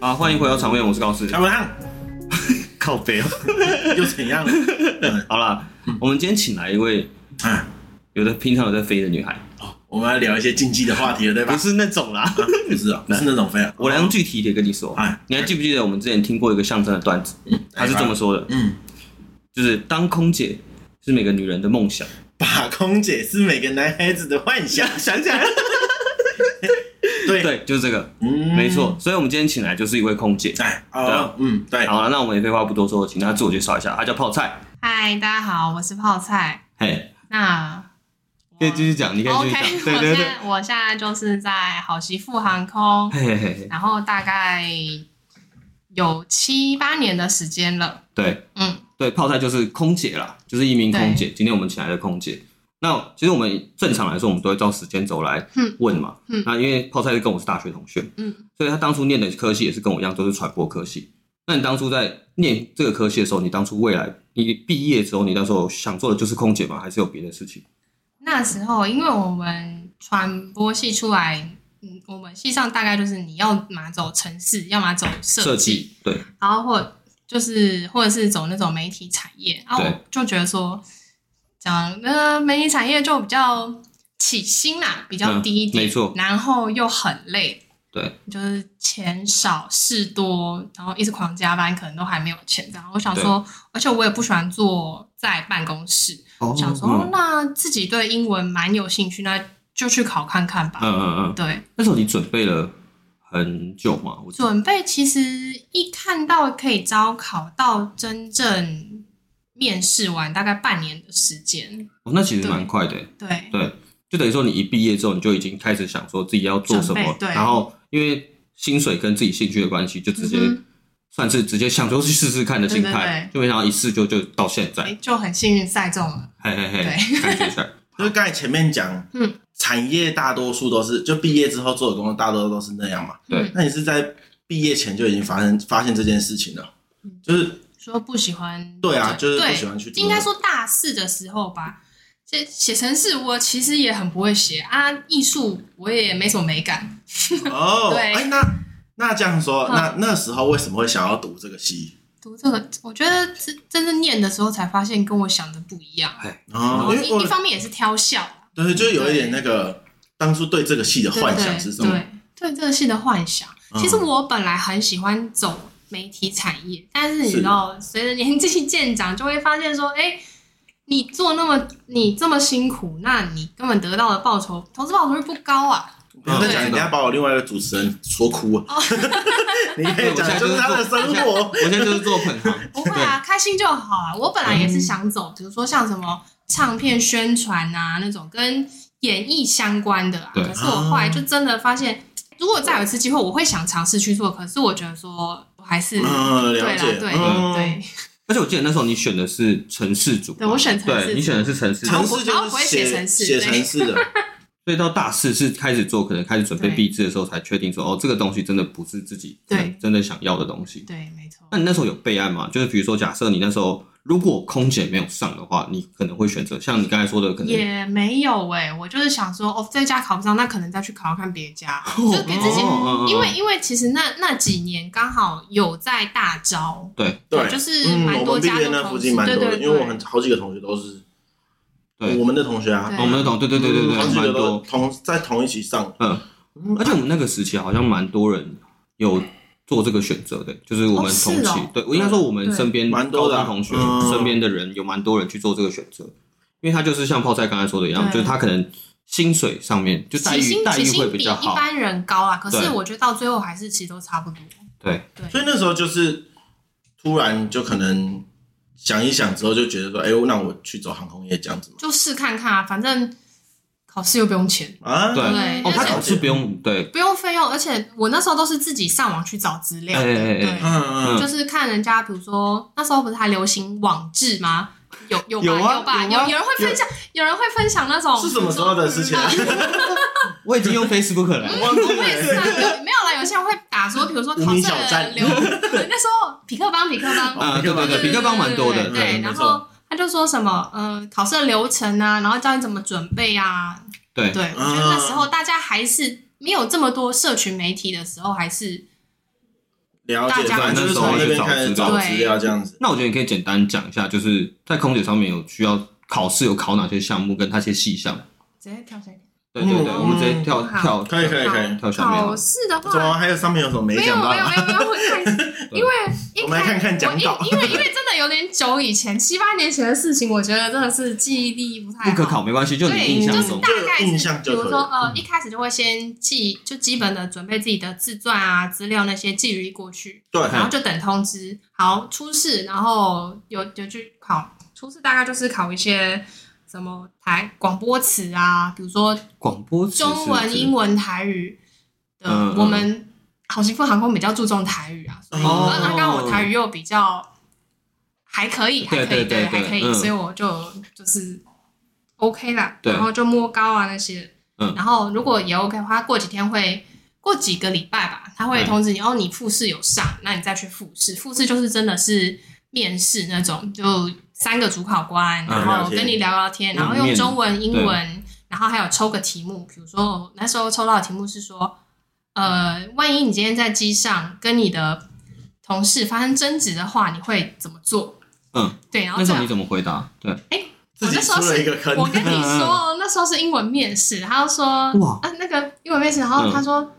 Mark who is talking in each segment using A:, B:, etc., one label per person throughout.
A: 好，啊欢迎回到场面，我是高斯。
B: 小文汉
A: 嗯靠背哦。
B: 又怎样？嗯
A: 好啦，我们今天请来一位
B: 嗯，
A: 有的平常有在飞的女孩，
B: 哦，我们要聊一些禁忌的话题了，对吧
A: 不？是那种啦。
B: 不是啊，不是那种飞啊。
A: 我来用具体一点跟你说
B: 哎，
A: 你还记不记得我们之前听过一个相声的段子？他是这么说的，
B: 嗯，
A: 就是当空姐是每个女人的梦想。
B: 把空姐是每个男孩子的幻想。
A: 想起来了，
B: 对，
A: 对，就是这个，
B: 嗯
A: 没。错。所以我们今天请来就是一位空姐。
B: 哎，
A: 对啊
B: 哦，嗯，对，
A: 好了，那我们也废话不多说，请她自我介绍一下，她叫泡菜。
C: 嗨，大家好，我是泡菜。
A: 嘿，
C: 那
A: 可以继续讲，你可以继
C: OK，
A: 续讲。对
C: 我
A: 对对，
C: 现在我现在就是在好媳妇航空，
A: 嘿嘿嘿嘿，
C: 然后大概有七八年的时间了。
A: 对。
C: 嗯，
A: 对，泡菜就是空姐啦，就是一名空姐。今天我们请来的空姐，那其实我们正常来说，我们都会照时间轴来
C: 嗯
A: 问嘛。
C: 嗯
A: 那因为泡菜是跟我是大学同学，
C: 嗯，
A: 所以他当初念的科系也是跟我一样，都是传播科系。那你当初在念这个科系的时候，你当初未来你毕业之后，你那时候想做的就是空姐吗？还是有别的事情？
C: 那时候因为我们传播系出来，嗯，我们系上大概就是你要么走城市，要么走
A: 设
C: 设计，
A: 计对，
C: 然后或就是或者是走那种媒体产业，然后
A: 对
C: 我就觉得说，讲那媒体产业就比较起薪啦，比较低一
A: 嗯
C: 点，
A: 没错
C: 然后又很累，
A: 对，
C: 就是钱少事多，然后一直狂加班，可能都还没有钱这样。我想说，而且我也不喜欢坐在办公室，
A: 哦
C: 想说、哦
A: 嗯
C: 那自己对英文蛮有兴趣，那就去考看看吧。
A: 嗯嗯嗯，
C: 对，
A: 那时候你准备了很久吗？我记得
C: 准备其实一看到可以招考到真正面试完，大概半年的时间。
A: 哦，那其实
C: 对
A: 蛮快的欸、
C: 对，
A: 对，就等于说你一毕业之后，你就已经开始想说自己要做什
C: 准
A: 么
C: 备，对
A: 然后因为薪水跟自己兴趣的关系，就直接、
C: 嗯哼
A: 算是直接想说去试试看的心态，就没想到一试就就到现在，
C: 哎，就很幸运赛中了。
A: 嘿嘿嘿，
C: 对
A: 感觉起来，
B: 就是刚才前面讲，
C: 嗯，
B: 产业大多数都是就毕业之后做的工作，大多都是那样嘛。
A: 对，
B: 那你是在毕业前就已经发生发现这件事情了？就是
C: 说不喜欢，
B: 对啊就是
C: 对
B: 不喜欢去做
C: 应该说大四的时候吧，写写程式我其实也很不会写啊，艺术我也没什么美感。
B: 哦，
C: 对
B: 哎，那那这样说，
C: 嗯
B: 那那时候为什么会想要读这个系？
C: 读这个，我觉得真真正念的时候才发现跟我想的不一样。
B: 哦，因为
C: 一
B: 我
C: 一方面也是挑校啦，
B: 对，就有一点那个当初对这个戏的幻想是什么？
C: 嗯对对对这个戏的幻想，
B: 嗯
C: 其实我本来很喜欢走媒体产业，但是你
B: 是
C: 知道，随着年纪渐长，就会发现说，哎、你做那么你这么辛苦，那你根本得到的报酬，投资报酬率不高啊。
B: 不
A: 哦
B: 要再讲，
C: 对
B: 人家把我另外一个主持人说哭了。
C: 哦
B: 你可以
A: 我现在
B: 讲，就是他的生活
A: 我。现在就是做捧行，
C: 不会啊，开心就好啊。我本来也是想走，比如说像什么唱片宣传啊那种跟演艺相关的啊。
A: 对
C: 可是我后来就真的发现，如果再有一次机会，我会想尝试去做。可是我觉得说，我还是、
B: 嗯，
C: 对
B: 了
C: 啦，
B: 解。
C: 对、
B: 嗯
C: 对。
A: 而且我记得那时候你选的是城市组，
C: 对我选城市
A: 对你选的是城市，
B: 城
A: 所
B: 市
C: 然后
B: 就
C: 不
B: 是
C: 会写
B: 写
C: 程式
B: 写
C: 对
B: 城市 的，
A: 以到大四是开始做，可能开始准备
C: 对
A: 毕制的时候才确定说，哦，这个东西真的不是自己
C: 对
A: 真真的想要的东西。
C: 对，没错
A: 那。你那时候有备案吗？就是比如说，假设你那时候如果空姐没有上的话，你可能会选择像你刚才说的，可能
C: 也没有哎、我就是想说，哦，这家考不上，那可能再去考考看别 家，就给自己，
B: 嗯
A: 哦
C: 因为因为其实那那几年刚好有在大招，
A: 对
B: 对，
C: 就是
B: 嗯，
C: 蛮
B: 我
C: 多
B: 们毕
C: 家
B: 业
C: 都
B: 那附
C: 同
B: 近
C: 时，
B: 蛮
C: 对
B: 多的，
C: 对
B: 因为我
C: 对
B: 们，好几个同学都是
A: 对
B: 我们的同学啊嗯
C: 对，
A: 我们的懂，对对对对对，
B: 好几
A: 蛮
B: 个都
A: 多，
B: 同在同一起上，
A: 嗯，而且我们那个时期好像蛮多人有做这个选择的，就是我们
C: 哦是
A: 同期
C: 哦，
A: 对我应该说我们
C: 对
A: 身边
B: 蛮多的
A: 高中同学
B: 嗯
A: 身边的人有蛮多人去做这个选择，因为他就是像泡菜刚才说的一样，
C: 对
A: 就是他可能薪水上面就待
C: 起
A: 遇
C: 薪
A: 待
C: 起
A: 遇会
C: 薪比
A: 比较
C: 一
A: 好，
C: 般人高啊，可
A: 对
C: 是我觉得到最后还是其实都差不多，
A: 对
C: 对
B: 所以那时候就是突然就可能想一想之后就觉得说，哎，那我去走航空业这样子嘛，
C: 就试看看啊，反正考试又不用钱，
B: 啊，
A: 对
C: 对
A: 哦，他
C: 而且
A: 考试不用对，
C: 不用费用，而且我那时候都是自己上网去找资料的，
A: 哎哎哎
C: 对。
B: 嗯嗯，
C: 就是看人家，比如说那时候不是还流行网志吗？有有吧
B: 有啊
C: 吧，
B: 有
C: 有
B: 啊
C: 有人会分享，有人会分享那种
B: 是什么时候的事情啊？
A: 我已经 用 Facebook 了，
B: 忘记
C: 我也 是啊，
B: 了。
C: 有没有啦？有些人会打说，比如说
B: 无
C: 考
B: 名
C: 试
B: 小站
C: 的流，对那时候匹克帮匹克 帮，
A: 啊，对对对，比克帮蛮多的，
C: 对对对，
A: 嗯
C: 然
A: 没错
C: 后他就说什么呃考试的流程啊，然后教你怎么准备啊，
A: 对
C: 对，我觉得那时候大家还是没有这么多社群媒体的时候，还是
B: 了解，
C: 大家
B: 反正就是从那边开始找资料这样子。
A: 那我觉得你可以简单讲一下，就是在空姐上面有需要考试有考哪些项目，跟它些细项。
C: 直接跳下一点。
A: 对对对，
B: 嗯
A: 我们直接跳
C: 好
A: 跳，
B: 可以可以可以。
A: 跳下面
C: 考
A: 好。
C: 试的
B: 怎么
C: 话，
B: 还有上面有什么没
C: 没有
B: 讲到
C: 没有
B: 啊？
C: 没有没有，我看，因为一
B: 我们来看看讲稿
C: 我因因为因为真的有点久以前，七八年前的事情，我觉得真的是记忆力不太好。
A: 不可考没关系，就你
C: 对，
A: 印象
C: 就是
A: 中
C: 大。概
B: 就
C: 是
B: 有印象就
C: 比
B: 可以
C: 如说呃，一开始就会先寄，就基本的准备自己的自传啊、资料那些寄予过去，
B: 对，
C: 然后就等通知。好，初试，然后有有去考初试，大概就是考一些什么台广播词啊，比如说
A: 广播词是不是
C: 中文、英文、台语的。
A: 嗯嗯
C: 我们好幸福航空比较注重台语啊，所以
B: 哦
C: 那刚刚我台语又比较还可以，还
A: 对
C: 可
A: 对
C: 以，
A: 对
C: 还
A: 对
C: 可以，
A: 嗯
C: 所以我就就是 OK 啦，
A: 对
C: 然后就摸高啊那些，
A: 嗯
C: 然后如果也 OK 的话，过几天会。过几个礼拜吧，他会
A: 嗯
C: 通知你、哦，你复试有上，那你再去复试。复试就是真的是面试那种，就三个主考官，
A: 嗯
C: 然
B: 了
C: 后
B: 解
C: 跟你聊聊天，
A: 嗯
C: 然后用
A: 面
C: 中文、英文，然后还有抽个题目。比如说那时候抽到的题目是说，呃，万一你今天在机上跟你的同事发生争执的话，你会怎么做？
A: 嗯，
C: 对，然后
A: 那时
C: 这
A: 候你怎么回答？对，
B: 自己出了一个坑。嗯
C: 我跟你说，那时候是英文面试，他就说
A: 哇
C: 啊，那个英文面试，然后
A: 嗯
C: 他说、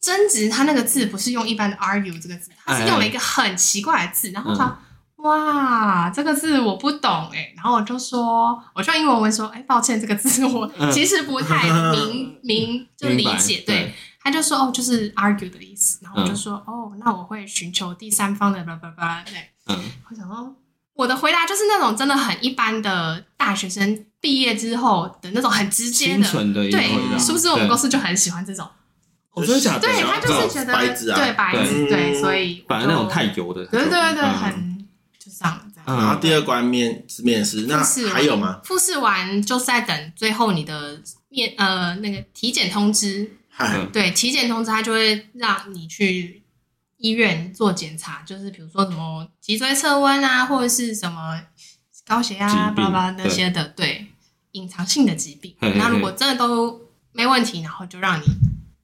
C: 争执，他那个字不是用一般的 argue 这个字，他是用了一个很奇怪的字，然后他、
B: 嗯
C: 哇，这个字我不懂哎、然后我就说，我就用英文问说，哎、抱歉，这个字我
A: 嗯
C: 其实不太 明、明就理
A: 明白
C: 解，对，
A: 对，
C: 他就说哦，就是 argue 的意思，然后我就
A: 嗯
C: 说、哦，那我会寻求第三方的叭叭叭，对。
A: 嗯，
C: 我想说，我的回答就是那种真的很一般的大学生毕业之后的那种很直接
A: 清
C: 的，
A: 纯的一个
C: 对
A: 回答，，
C: 是不是我们公
A: 司？
C: 司就很喜欢这种？
A: 我真的假的？
C: 对
B: 对
C: 他就是觉得
B: 白纸啊
C: 对白纸，
B: 对
C: 对，所以
A: 嗯反
C: 正
A: 正那种太油的，
C: 嗯对对对对，
A: 嗯
C: 很就上了这样。
B: 然后
A: 嗯，
B: 啊第二关面是面试，那
C: 复试完
B: 还有吗？？
C: 复试完就是在等最后你的面呃那个体检通知，
B: 嗨
A: 嗯，
C: 对体检通知，他就会让你去医院做检查，就是比如说什么脊椎侧弯啊，或者是什么高血
A: 疾
C: 压、啊
A: 病
C: 巴拉那些的，对隐藏性的疾病
A: 嘿嘿。嘿
C: 那如果真的都没问题，然后就让你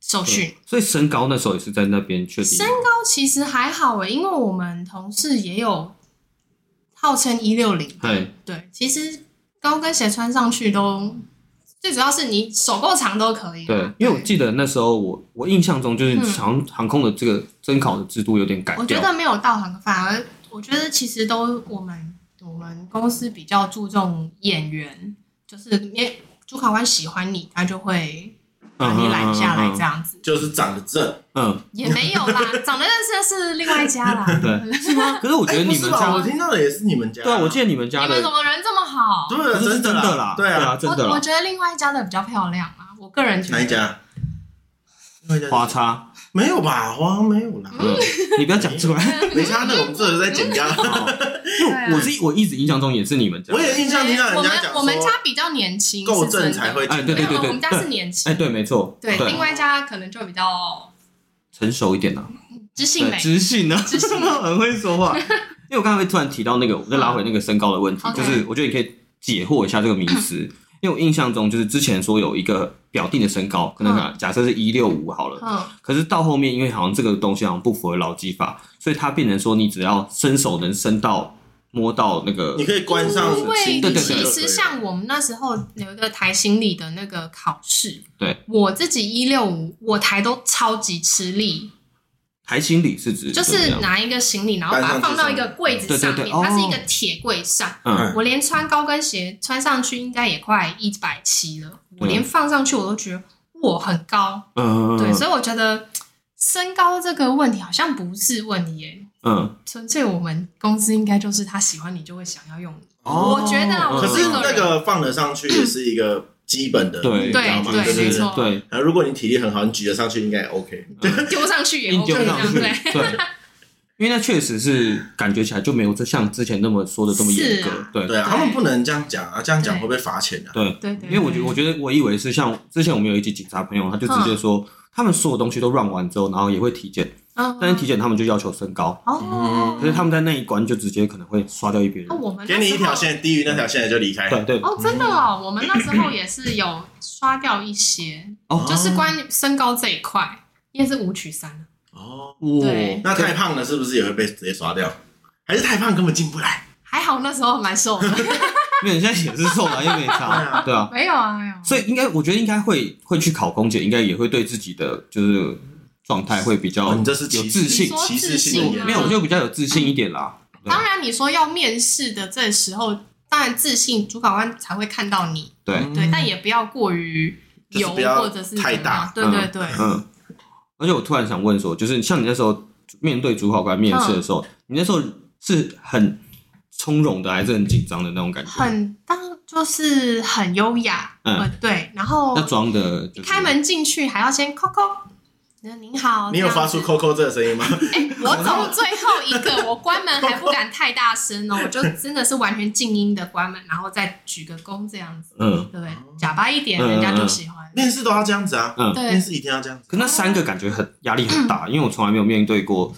C: 受训。
A: 所以身高那时候也是在那边确定
C: 身高其实还好诶、因为我们同事也有号称一六零，
A: 对，
C: 对，其实高跟鞋穿上去都，最主要是你手够长都可以啦。
A: 对，因为我记得那时候我我印象中就是
C: 啊嗯
A: 航航空的这个征考的制度有点改
C: 我觉
A: 掉，
C: 得没有到很，反而我觉得其实都我们我们公司比较注重演员，就是面主考官喜欢你，他就会把你揽下来这样子。
B: 就是长得正，
A: 嗯，
C: 也没有啦，长得认识的是另外一家啦。
A: 嗯，对，是吗？可是我觉得
B: 哎不
A: 你
B: 是
A: 们
B: 吧？
A: 家
B: 我，听到的也是你们家，
A: 对啊，我记得你们
C: 你
A: 家
C: 们
A: 的
C: 怎么人这么好？
B: 对啊，
A: 可是是
B: 真
A: 真
B: 的
A: 啦，
B: 对
A: 啊，
B: 啊，
A: 真的
C: 我我
A: 啦，
C: 觉得另外一家的比较漂亮啊，我个人觉
B: 哪一
C: 得。
B: 家？另外一家是
A: 花叉，
B: 没有吧？花没有啦，
A: 嗯，你不要讲出来，
B: 没差的，我们这个在剪 掉。
A: 因为我是我一直印象中也是你们家，
B: 我也印象听到
C: 我
B: 人
C: 们
B: 家讲
C: 啊我们
B: 说
C: 家比较年轻，
B: 够
C: 是真的
B: 正才会进
A: 哎对
C: 没
A: 对
C: 有，
A: 对
C: 我们家是年
A: 哎，
C: 轻。
A: 对，没错，
C: 对，
A: 对
C: 另，外一家可能就比较
A: 成熟一点啦，
C: 知性
A: 对，
C: 美。
A: 知性啊，
C: 知性
A: 很会说话。因为我刚才会突然提到那个，我再拉回那个身高的问题，
C: 嗯，OK
A: 就是我觉得你可以解惑一下这个迷思。因为我印象中，就是之前说有一个表定的身高，可能假设是一六五好了，
C: 嗯，
A: 可是到后面因为好像这个东西好像不符合劳基法，所以它变成说你只要伸手能伸到摸到那个
B: 你，可以关上
C: 因为
B: 新
A: 对对对
C: 其实像我们那时候有一个抬行李的那个考试，
A: 对
C: 我自己一六五，我抬都超级吃力，
A: 台心理是指
C: 就
A: 怎么
C: 是
A: 样
C: 拿一个行李，然后把它放到一个柜子上
A: 对对对
C: 面，
A: 哦
C: 它是一个铁柜上，
A: 嗯
C: 我连穿高跟鞋穿上去应该也快一百七了，我连放上去我都觉得我很高，
A: 嗯
C: 对，所以我觉得身高这个问题好像不是问题耶。
A: 嗯
C: 纯粹我们公司应该就是他喜欢你就会想要用你，
A: 哦
C: 我觉得啊我
B: 可是
C: 嗯
B: 那个放得上去也是一个基本的，
A: 对
B: 你知道吗？
C: 对
B: 对
C: 没
B: 对
C: 错
B: 对。
A: 对
B: 然后如果你体力很好，你举得上去应该也 OK。
C: 丢上去也
A: 硬
C: OK
A: 丢
C: 这
A: 上
C: 样
A: 去，
C: 对。
A: 对，因为那确实是感觉起来就没有这像之前那么说的这么严格
C: 是啊，
A: 对
B: 对啊，
C: 对
B: 他们不能这样讲啊，这样讲
C: 对
B: 会被罚钱啊。
A: 对
C: 对对
A: 因为我觉得，
C: 对
A: 我觉得，我以为是像之前我们有一集警察朋友，他就直接说，他们所有东西都 run 完之后，然后也会体检，
C: 嗯
A: 但是体检他们就要求身高，
C: 哦
A: 可是他们在那一关就直接可能会刷掉一别
C: 那
A: 人。
C: 啊我们那
B: 给
C: 时候
B: 你一条线，低于那条线的就离开。
A: 对对，
C: 哦，真的哦，我们那时候也是有刷掉一些，
A: 哦
C: 就是关于身高这一块，你也是五取三啊
B: 哦，
A: 哇
C: 对，
B: 那太胖了是不是也会被直接刷掉？还是太胖根本进不来？
C: 还好那时候蛮瘦的，
A: 没有，你现在也是瘦了，又没
B: 对啊
A: 差，对啊，
C: 没有啊，没有啊。
A: 所以应该我觉得应该会会去考空姐，应该也会对自己的就是状态会比较
B: 哦，你这是
A: 有
B: 歧视
A: 自信
C: 你，说
B: 歧视
C: 自
B: 性
C: 信啊
B: 的
C: 吗
B: 言
A: 没有我就比较有自信一点啦。对
C: 当然，你说要面试的这时候，当然自信主考官才会看到你，
A: 对，
C: 对，但也不要过于油
B: 就是不要
C: 或者是
B: 太
C: 怎么样
B: 大
C: 对对对，
A: 嗯。而且我突然想问说，就是像你那时候面对主考官面试的时候，
C: 嗯
A: 你那时候是很从容的，还是很紧张的那种感觉？
C: 很当就是很优雅，
A: 嗯
C: 呃，对，然后
A: 那装的、就
C: 一
A: 是
C: 开门进去还要先叩叩，您好，
B: 你有
C: 这样
B: 发出“扣扣”这个声音 吗？
C: 哎，我走最后一个，我关门还不敢太大 声哦，我就真的是完全静音的关门，然后再鞠个躬这样子，
A: 嗯
C: 对不对？假巴一点，
A: 嗯
C: 人家就喜欢。
B: 面试都要这样子啊，
A: 嗯，
C: 对
B: 面，试一定要这样子。
A: 可那三个感觉很压力很大，因为我从来没有面对过，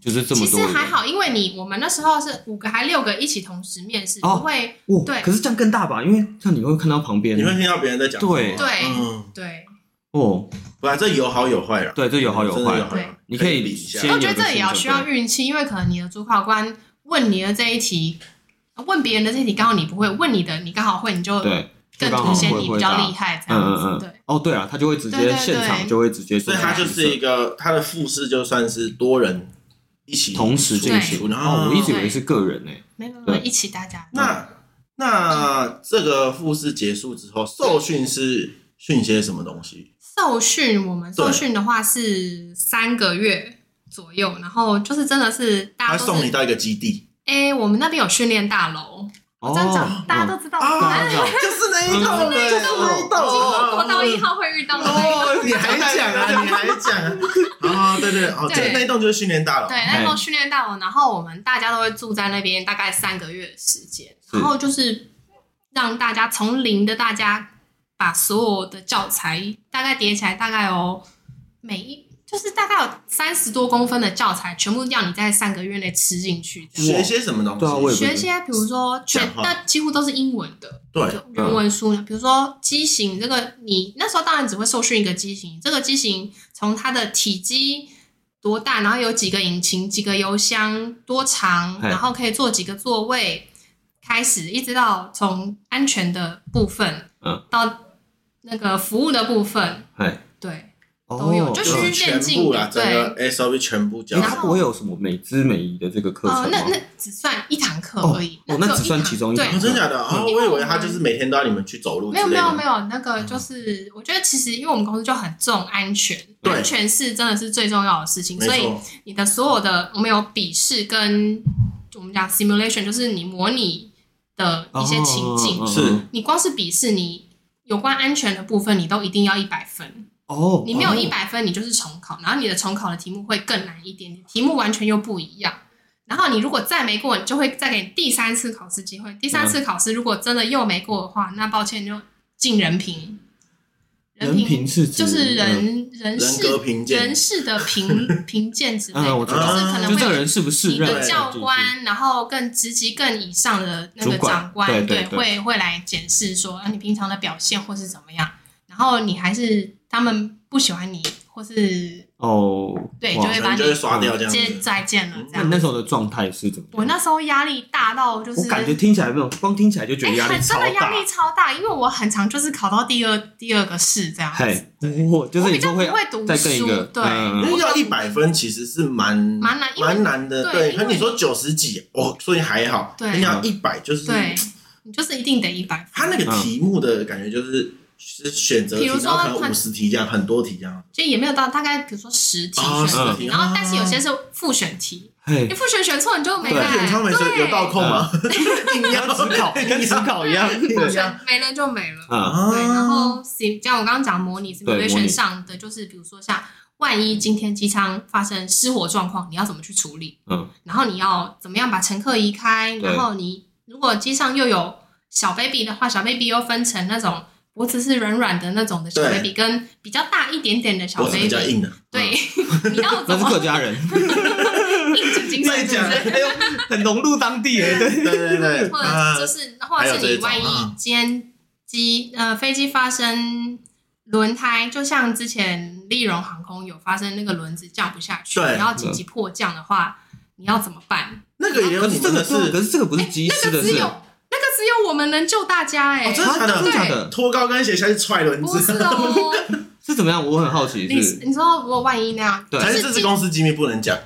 A: 就是这
C: 哦其
A: 么多
C: 实
A: 人。
C: 还好，因为你我们那时候是五个还六个一起同时面试，
A: 哦
C: 不会
A: 哇，
C: 对
A: 可是这样更大吧？因为像你会看到旁边，
B: 你会听到别人在讲什么
A: 对
C: 对
B: 嗯，
C: 对，
A: 哦，
B: 不然这有好有坏啊啦，
A: 对，这有好有
B: 真的有
A: 坏，
B: 好有坏，
A: 你可以
B: 比一下
A: 先。
C: 我觉得这也要需要运气，因为可能你的主考官问你的这一题，问别人的这一题刚好你不会，问你的你刚好会，你就
A: 对，
C: 更
A: 就刚
C: 凸
A: 好
C: 显
A: 会
C: 你
A: 会
C: 比较
A: 答
C: 厉害
A: 嗯
C: 这样
A: 嗯
C: 子。
A: 嗯，
C: 对，
A: 哦，对啊，他就会直
C: 对
A: 接
C: 对
A: 现场
C: 对
A: 就会直接说，
B: 所以它就是一个它的复试，就算是多人一起
A: 同时进
B: 出
A: 行。
B: 然后
A: 哦，我一直嗯以
C: 对
A: 为是个人呢，欸
C: 没有没有
A: 对
C: 一起大家
B: 那那这个复试结束之后，受训是训些什么东西？
C: 受训，我们受
B: 对
C: 训的话是三个月左右，然后就是真的是大
B: 他
C: 家都
B: 送你
C: 是
B: 到一个基地，
C: 哎，我们那边有训练大楼，
A: 哦，
C: 这样讲大家
A: 嗯
C: 都知嗯道。
B: 啊
A: 大家知道
B: 就是那一栋，
A: 对
B: 啊就是那一栋，
C: 国道一号会遇到的那个，
B: 哦，你还讲啊，你还讲啊，哦，对对，哦，
C: 对
B: 这那一栋就是训练大楼，
C: 对，那
A: 哎
C: 时候训练大楼，然后我们大家都会住在那边大概三个月的时间，
A: 是
C: 然后就是让大家从零的大家把所有的教材大概叠起来，大概有每一就是大概有三十多公分的教材，全部要你在三个月内吃进去。这样
B: 学些什么东西？
A: 对啊我也不
C: 学一些，比如说全
B: 讲，话
C: 那几乎都是英文的，
B: 对
C: 就
A: 嗯
C: 原文书呢。比如说机型，这个你那时候当然只会受训一个机型，这个机型从它的体积多大，然后有几个引擎、几个油箱、多长，
A: 嘿
C: 然后可以坐几个座位，开始一直到从安全的部分，
A: 嗯，
C: 到那个服务的部分，
A: 哎，
C: 对，
A: 哦
C: 都有就
B: 就是
C: 循序
B: 全
C: 渐
B: 部
C: 进
B: 啦，
C: 的，
B: 整个
C: 对。
B: SOP 全部教
A: 你
C: 然
A: 它
C: 后
A: 不会有什么美姿美仪的这个课
C: 呃
A: 程，
C: 那
A: 吗
C: 那？只算一堂课
A: 哦
C: 而已，
A: 哦
C: 只
A: 那
C: 有
A: 只算其中一
C: 对
A: 堂
B: 哦，真假的？哦，我以为他就是每天都要你们去走路之
C: 没有
B: 类
C: 没
B: 的
C: 有
A: 嗯
C: 没有，那个就是我觉得其实因为我们公司就很重安全，
B: 对
C: 安全是真的是最重要的事情，
B: 没
C: 所以
B: 错，
C: 你的所有的我们有笔试跟我们讲 simulation，就是你模拟的一些情境，
A: 哦
B: 是
C: 你光是笔试你。有关安全的部分，你都一定要一百分。
A: 哦，
C: 你没有
A: 哦
C: 一百分，你就是重考，然后你的重考的题目会更难一点点，题目完全又不一样。然后你如果再没过，你就会再给你第三次考试机会。第三次
A: 嗯
C: 考试如果真的又没过的话，那抱歉就进人评。
A: 人品是指
C: 就
A: 嗯
C: 是人人
B: 人
C: 事
B: 格评鉴
C: 人事的 评评鉴之类的，
A: 嗯我
C: 就
A: 知
C: 是
B: 道
C: 可能
A: 就这个
C: 会
A: 人是不是
C: 你
A: 任
C: 的
A: 何
C: 教
A: 地区
C: 官，然后更职级更以上的那个
A: 主管
C: 长官，
A: 对对对
C: 会会来检视说、啊、你平常的表现或是怎么样，然后你还是他们不喜欢你，或是
A: 哦，
C: 对
A: 哇
C: 就会
B: 可
C: 把
B: 能
C: 你
B: 就会刷掉这样
A: 嗯
C: 接
B: 子。嗯
C: 再见了这
A: 那
C: 样
A: 你。那时候的状态是怎么样？
C: 我那时候压力大到就是，
A: 我感觉听起来没有，光听起来就觉
C: 哎
A: 得压力
C: 真
A: 超
C: 的压
A: 大。
C: 力超大，因为我很常就是考到第二第二个试这样子
A: 嘿，，我就是
C: 我比
A: 你
C: 较
A: 说
C: 不
A: 会
C: 会读
A: 再更一
C: 书
A: 个，
C: 对
A: 嗯
B: 因为要一百分其实是蛮
C: 蛮难因为
B: 蛮难的。
C: 对
B: 对，
C: 因
B: 可
C: 为
B: 你说九十几，哦，所以还好。
C: 对
B: 你要一百就是
C: 对你就是一定得一百
B: 他
C: 分，
A: 嗯
B: 那个题目的感觉就是是选择题，
C: 比如说
B: 然后可能
C: 他
B: 五十题这样，很多题这样。
C: 就也没有到大概比如说十题
B: 哦
C: 选择
B: 十题
C: 题，然后但是有些
B: 哦
C: 是复选题，
A: 嘿
C: 你，复选选错你就没
A: 对
C: 了，
B: 演唱会是有倒
C: 对，
B: 扣吗？
A: 嗯
B: 硬要
A: 跟职考跟职考一样，
B: 对
A: 对
B: 呀，
C: 没了就没了。
A: 啊，
B: 啊
C: 对，然后 sim 像我刚刚讲模拟
A: 对模拟
C: simulation 上的，就是比如说像万一今天机舱发生失火状况，你要怎么去处理？
A: 嗯，
C: 然后你要怎么样把乘客移开？
A: 对
C: 然后你如果机上又有小 baby 的话，小 baby 又分成那种脖子是软软的那种的小
B: 对
C: baby，跟比较大一点点的小
B: 脖子
C: baby，
B: 比较硬的。嗯
C: 对， 你要怎
A: 那是
C: 么
A: 客家 人，
C: 硬进精神？是不是
A: 哎呦，很融入当地耶，对，
B: 对对 对，
C: 或
B: 啊嗯
C: 呃者就是，或者是你万一今天机呃飞机发生轮胎，就像之前丽荣航空有发生那个轮子降不下去，
B: 对
C: 然后紧急迫降的话，你要怎么办？
B: 那个也 有
A: 可
B: 你
A: 是这个
B: 们的
A: 是，可
B: 是
A: 是这个不是
C: 哎
A: 机
C: 那
A: 师
C: 个
A: 的
C: 只
A: 事
C: 有，那个只有我们能救大家哎、
B: 哦真的假的
A: 真的假的？
B: 脱高跟鞋下去踹轮
C: 不 是
B: 子，
C: 哦，
A: 是怎么样？我很好奇，
C: 你
A: 是
C: 你说我万一那样，
A: 对
B: 还是
C: 就
B: 这
C: 是
B: 是公司机密不能讲，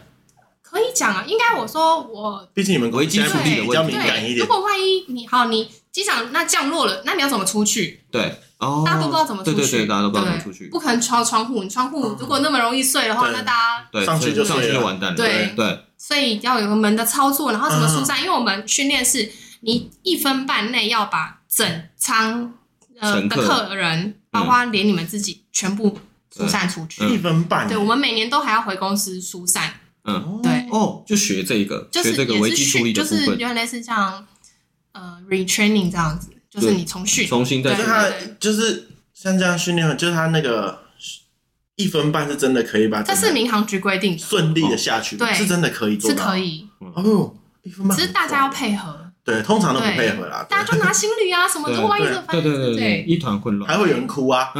C: 可以讲啊，应该我说我
B: 毕竟你们
A: 危机
B: 现在
A: 处理的
B: 比
A: 问
B: 较
A: 题
B: 敏感一
C: 对，
B: 点。
C: 如果万一你好你机长那降落了，那你要怎么出去？
A: 对哦，
C: 大家都不知道怎么出
A: 对
C: 去，
A: 对对，大家都不知道怎么
C: 对
A: 出去，
C: 不可能敲窗户，你窗户如果那么容易碎的话，
B: 对
C: 那大家
A: 对，
B: 上去就
A: 上去
B: 碎
A: 就
B: 了
A: 完蛋了，
C: 对
A: 对
C: 所以要有个门的操作，然后
A: 嗯
C: 什么疏散，因为我们训练是你一分半内要把整舱呃
A: 乘
C: 的
A: 客
C: 客人，包括连你们自己全部疏散出去。
A: 嗯
B: 一分半，
C: 对，我们每年都还要回公司疏散，
A: 嗯，
C: 对
A: 哦，就学这个，
C: 就
A: 学
C: 是
A: 这个
C: 也
A: 危
C: 是
A: 机处
C: 训，
A: 理的
C: 就
A: 部
C: 是有
A: 分，
C: 点类似像呃 retraining 这样子，就是
A: 对
C: 你重训，
A: 重新再
B: 所
A: 学
B: 以
C: 对
B: 他就是像这样训练，就是他那个一分半是真的可以把
C: 这
B: 整
C: 是
B: 个
C: 民航局规定的，
B: 顺利的下去，
C: 对
B: 是真的可以做
C: 是
B: 到，
C: 可。以，
B: 哦，一分半很多，
C: 只是大家要配合，
A: 嗯
B: 对，通常都不配合啦，哦
C: 大家就拿行李啊什么的，
A: 对
C: 万一这个发
A: 对
C: 生
A: 对对对，
C: 对
A: 一团混
B: 还
A: 乱，
B: 会有人哭啊，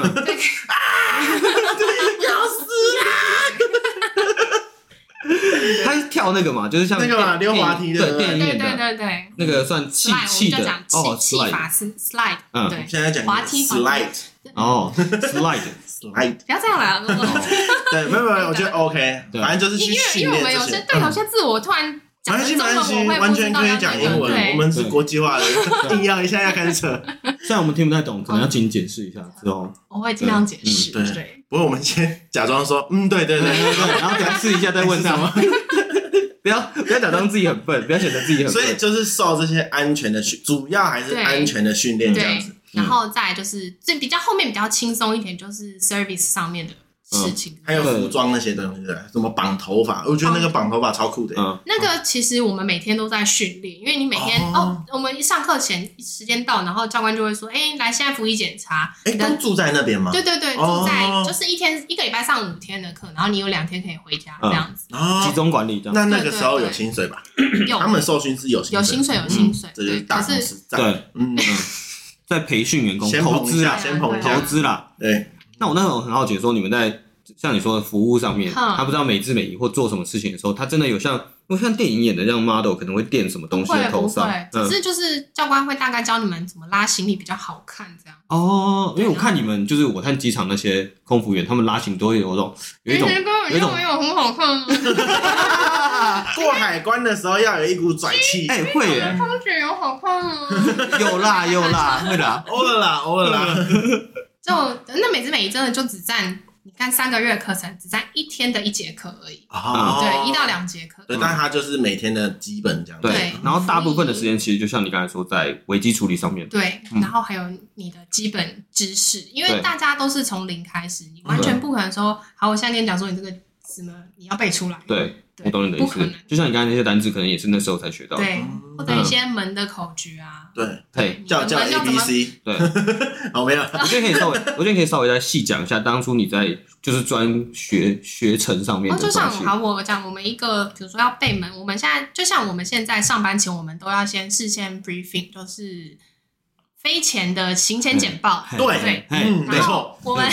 A: 他是跳那个嘛，就是像
B: 那个嘛
A: 电
B: 溜滑梯的
A: 对，电
C: 对
A: 影的
C: 对对对。
A: 那个算气
C: slide，我
A: 气
C: 们
A: 的
C: 就讲
A: 哦
C: 气气法是 slide，
A: 嗯
C: 对，
B: 现在讲
C: 滑梯
B: slide
A: 哦 slide，哦
B: slide，
C: 不要这样 啦，我
B: 对，没有没有，我觉得 OK，
A: 对
B: 反正就是
C: 因
B: 去
C: 为因
B: 训
C: 为我
B: 练
C: 们有
B: 这
C: 些
B: 些。嗯
C: 对有些字我突然
B: 没
C: 讲
B: 关
C: 成
B: 系，
C: 中
B: 没关系
C: 文，我也，
B: 完
C: 不知
B: 全
C: 道
B: 可
C: 要
B: 以
C: 讲
B: 讲英文，我们是国际 化的，硬要一下要开始扯。
A: 虽然我们听不太懂，可能要请你解释一下之后，
C: 我会尽量解释。
B: 嗯对
C: 对，
B: 不过我们先假装说，嗯，对对
A: 对
B: 对。
A: 对对，然后等下试一下再问他们， 不要不要假装自己很笨，不要显得自己很
B: 所以
A: 笨，
B: 就是受这些安全的训，主要还是
C: 对
B: 安全的训练这样
C: 对
B: 子。
C: 然后再来就是这比较后面比较轻松一点，就是 service 上面的事情。
B: 嗯还有服装那些东西，对不对什么绑头发，我觉得那个绑头发超酷的。
A: 嗯，
C: 那个其实我们每天都在训练，因为你每天
B: 哦
C: 哦，我们一上课前时间到，然后教官就会说：“哎，来，现在服役检查。
B: 哎，
C: 你的
B: 都住在那边吗？
C: 对对对，
B: 哦
C: 住在就是一天一个礼拜上五天的课，然后你有两天可以回家
A: 嗯
C: 这样子。
A: 集
B: 啊，
A: 中管理这样，
B: 那那个时候
C: 对对对
B: 有薪水吧？
C: 有
B: 他们受训是有薪
C: 有薪水有薪
A: 嗯
C: 水，
B: 这就是
C: 对，
B: 大
C: 可
B: 公
C: 是
B: 司在。
A: 对，
B: 嗯，
A: 在培训员工
B: 先
A: 投
B: 捧一
A: 资
B: 下，
A: 啦，
B: 先捧一
A: 投
B: 下。
A: 资啦，
B: 对，
A: 那我那时候很好奇，说你们在像你说的服务上面，
C: 嗯
A: 他不知道美姿美仪或做什么事情的时候，他真的有像，因为像电影演的这样 model 可能会垫什么东西
C: 不会
A: 在头
C: 不
A: 上
C: 会，，只
A: 嗯，
C: 是就是教官会大概教你们怎么拉行李比较好看这样。
A: 哦，因为我看你们就是我看机场那些空服员，他们拉行都会有一种有一种
C: 哎那个
A: 有一种
C: 又没有很好看，啊哎
B: 过海关的时候要有一股拽气。
A: 啊哎、会耶，
C: 空姐有好看啊吗？
A: 有啦有啦会啦，
B: 偶尔啦，偶尔啦，
C: 就那美姿美仪真的就只占你看三个月的课程，只占一天的一节课而已，
B: 哦
C: 对，一到，两节课。
B: 对，但他就是每天的基本这样。
A: 嗯对，
C: 对
A: 然后大部分的时间其实就像你刚才说，在危机处理上面，
C: 对，
A: 嗯
C: 然后还有你的基本知识，因
A: 对嗯
C: 为大家都是从零开始，你完全不可能说，好，我现在跟你讲说你这个什么你要背出来，
A: 对
C: 对
A: 我懂你的意
C: 不
A: 思嗯
C: 可能，
A: 就像你刚才那些单字，可能也是那时候才学到的，
C: 对，或者一些门的口诀啊，
B: 对，
A: 对
B: 叫叫
C: 你
B: A
C: 的门要
B: B
C: 怎么
B: C，
A: 对。
B: 哦没有，
A: 我觉得可以稍微，我觉得可以稍微再细讲一下，当初你在就是专学学程上面
C: 哦，
A: 的
C: 就
A: 东西。
C: 像好，我讲我们一个，比如说要背门，我们现在就像我们现在上班前，我们都要先事先 briefing，就是飞前的行前简报。
A: 嘿
B: 对
A: 嘿
B: 嗯
A: 对
C: 然
B: 没错
C: 后我们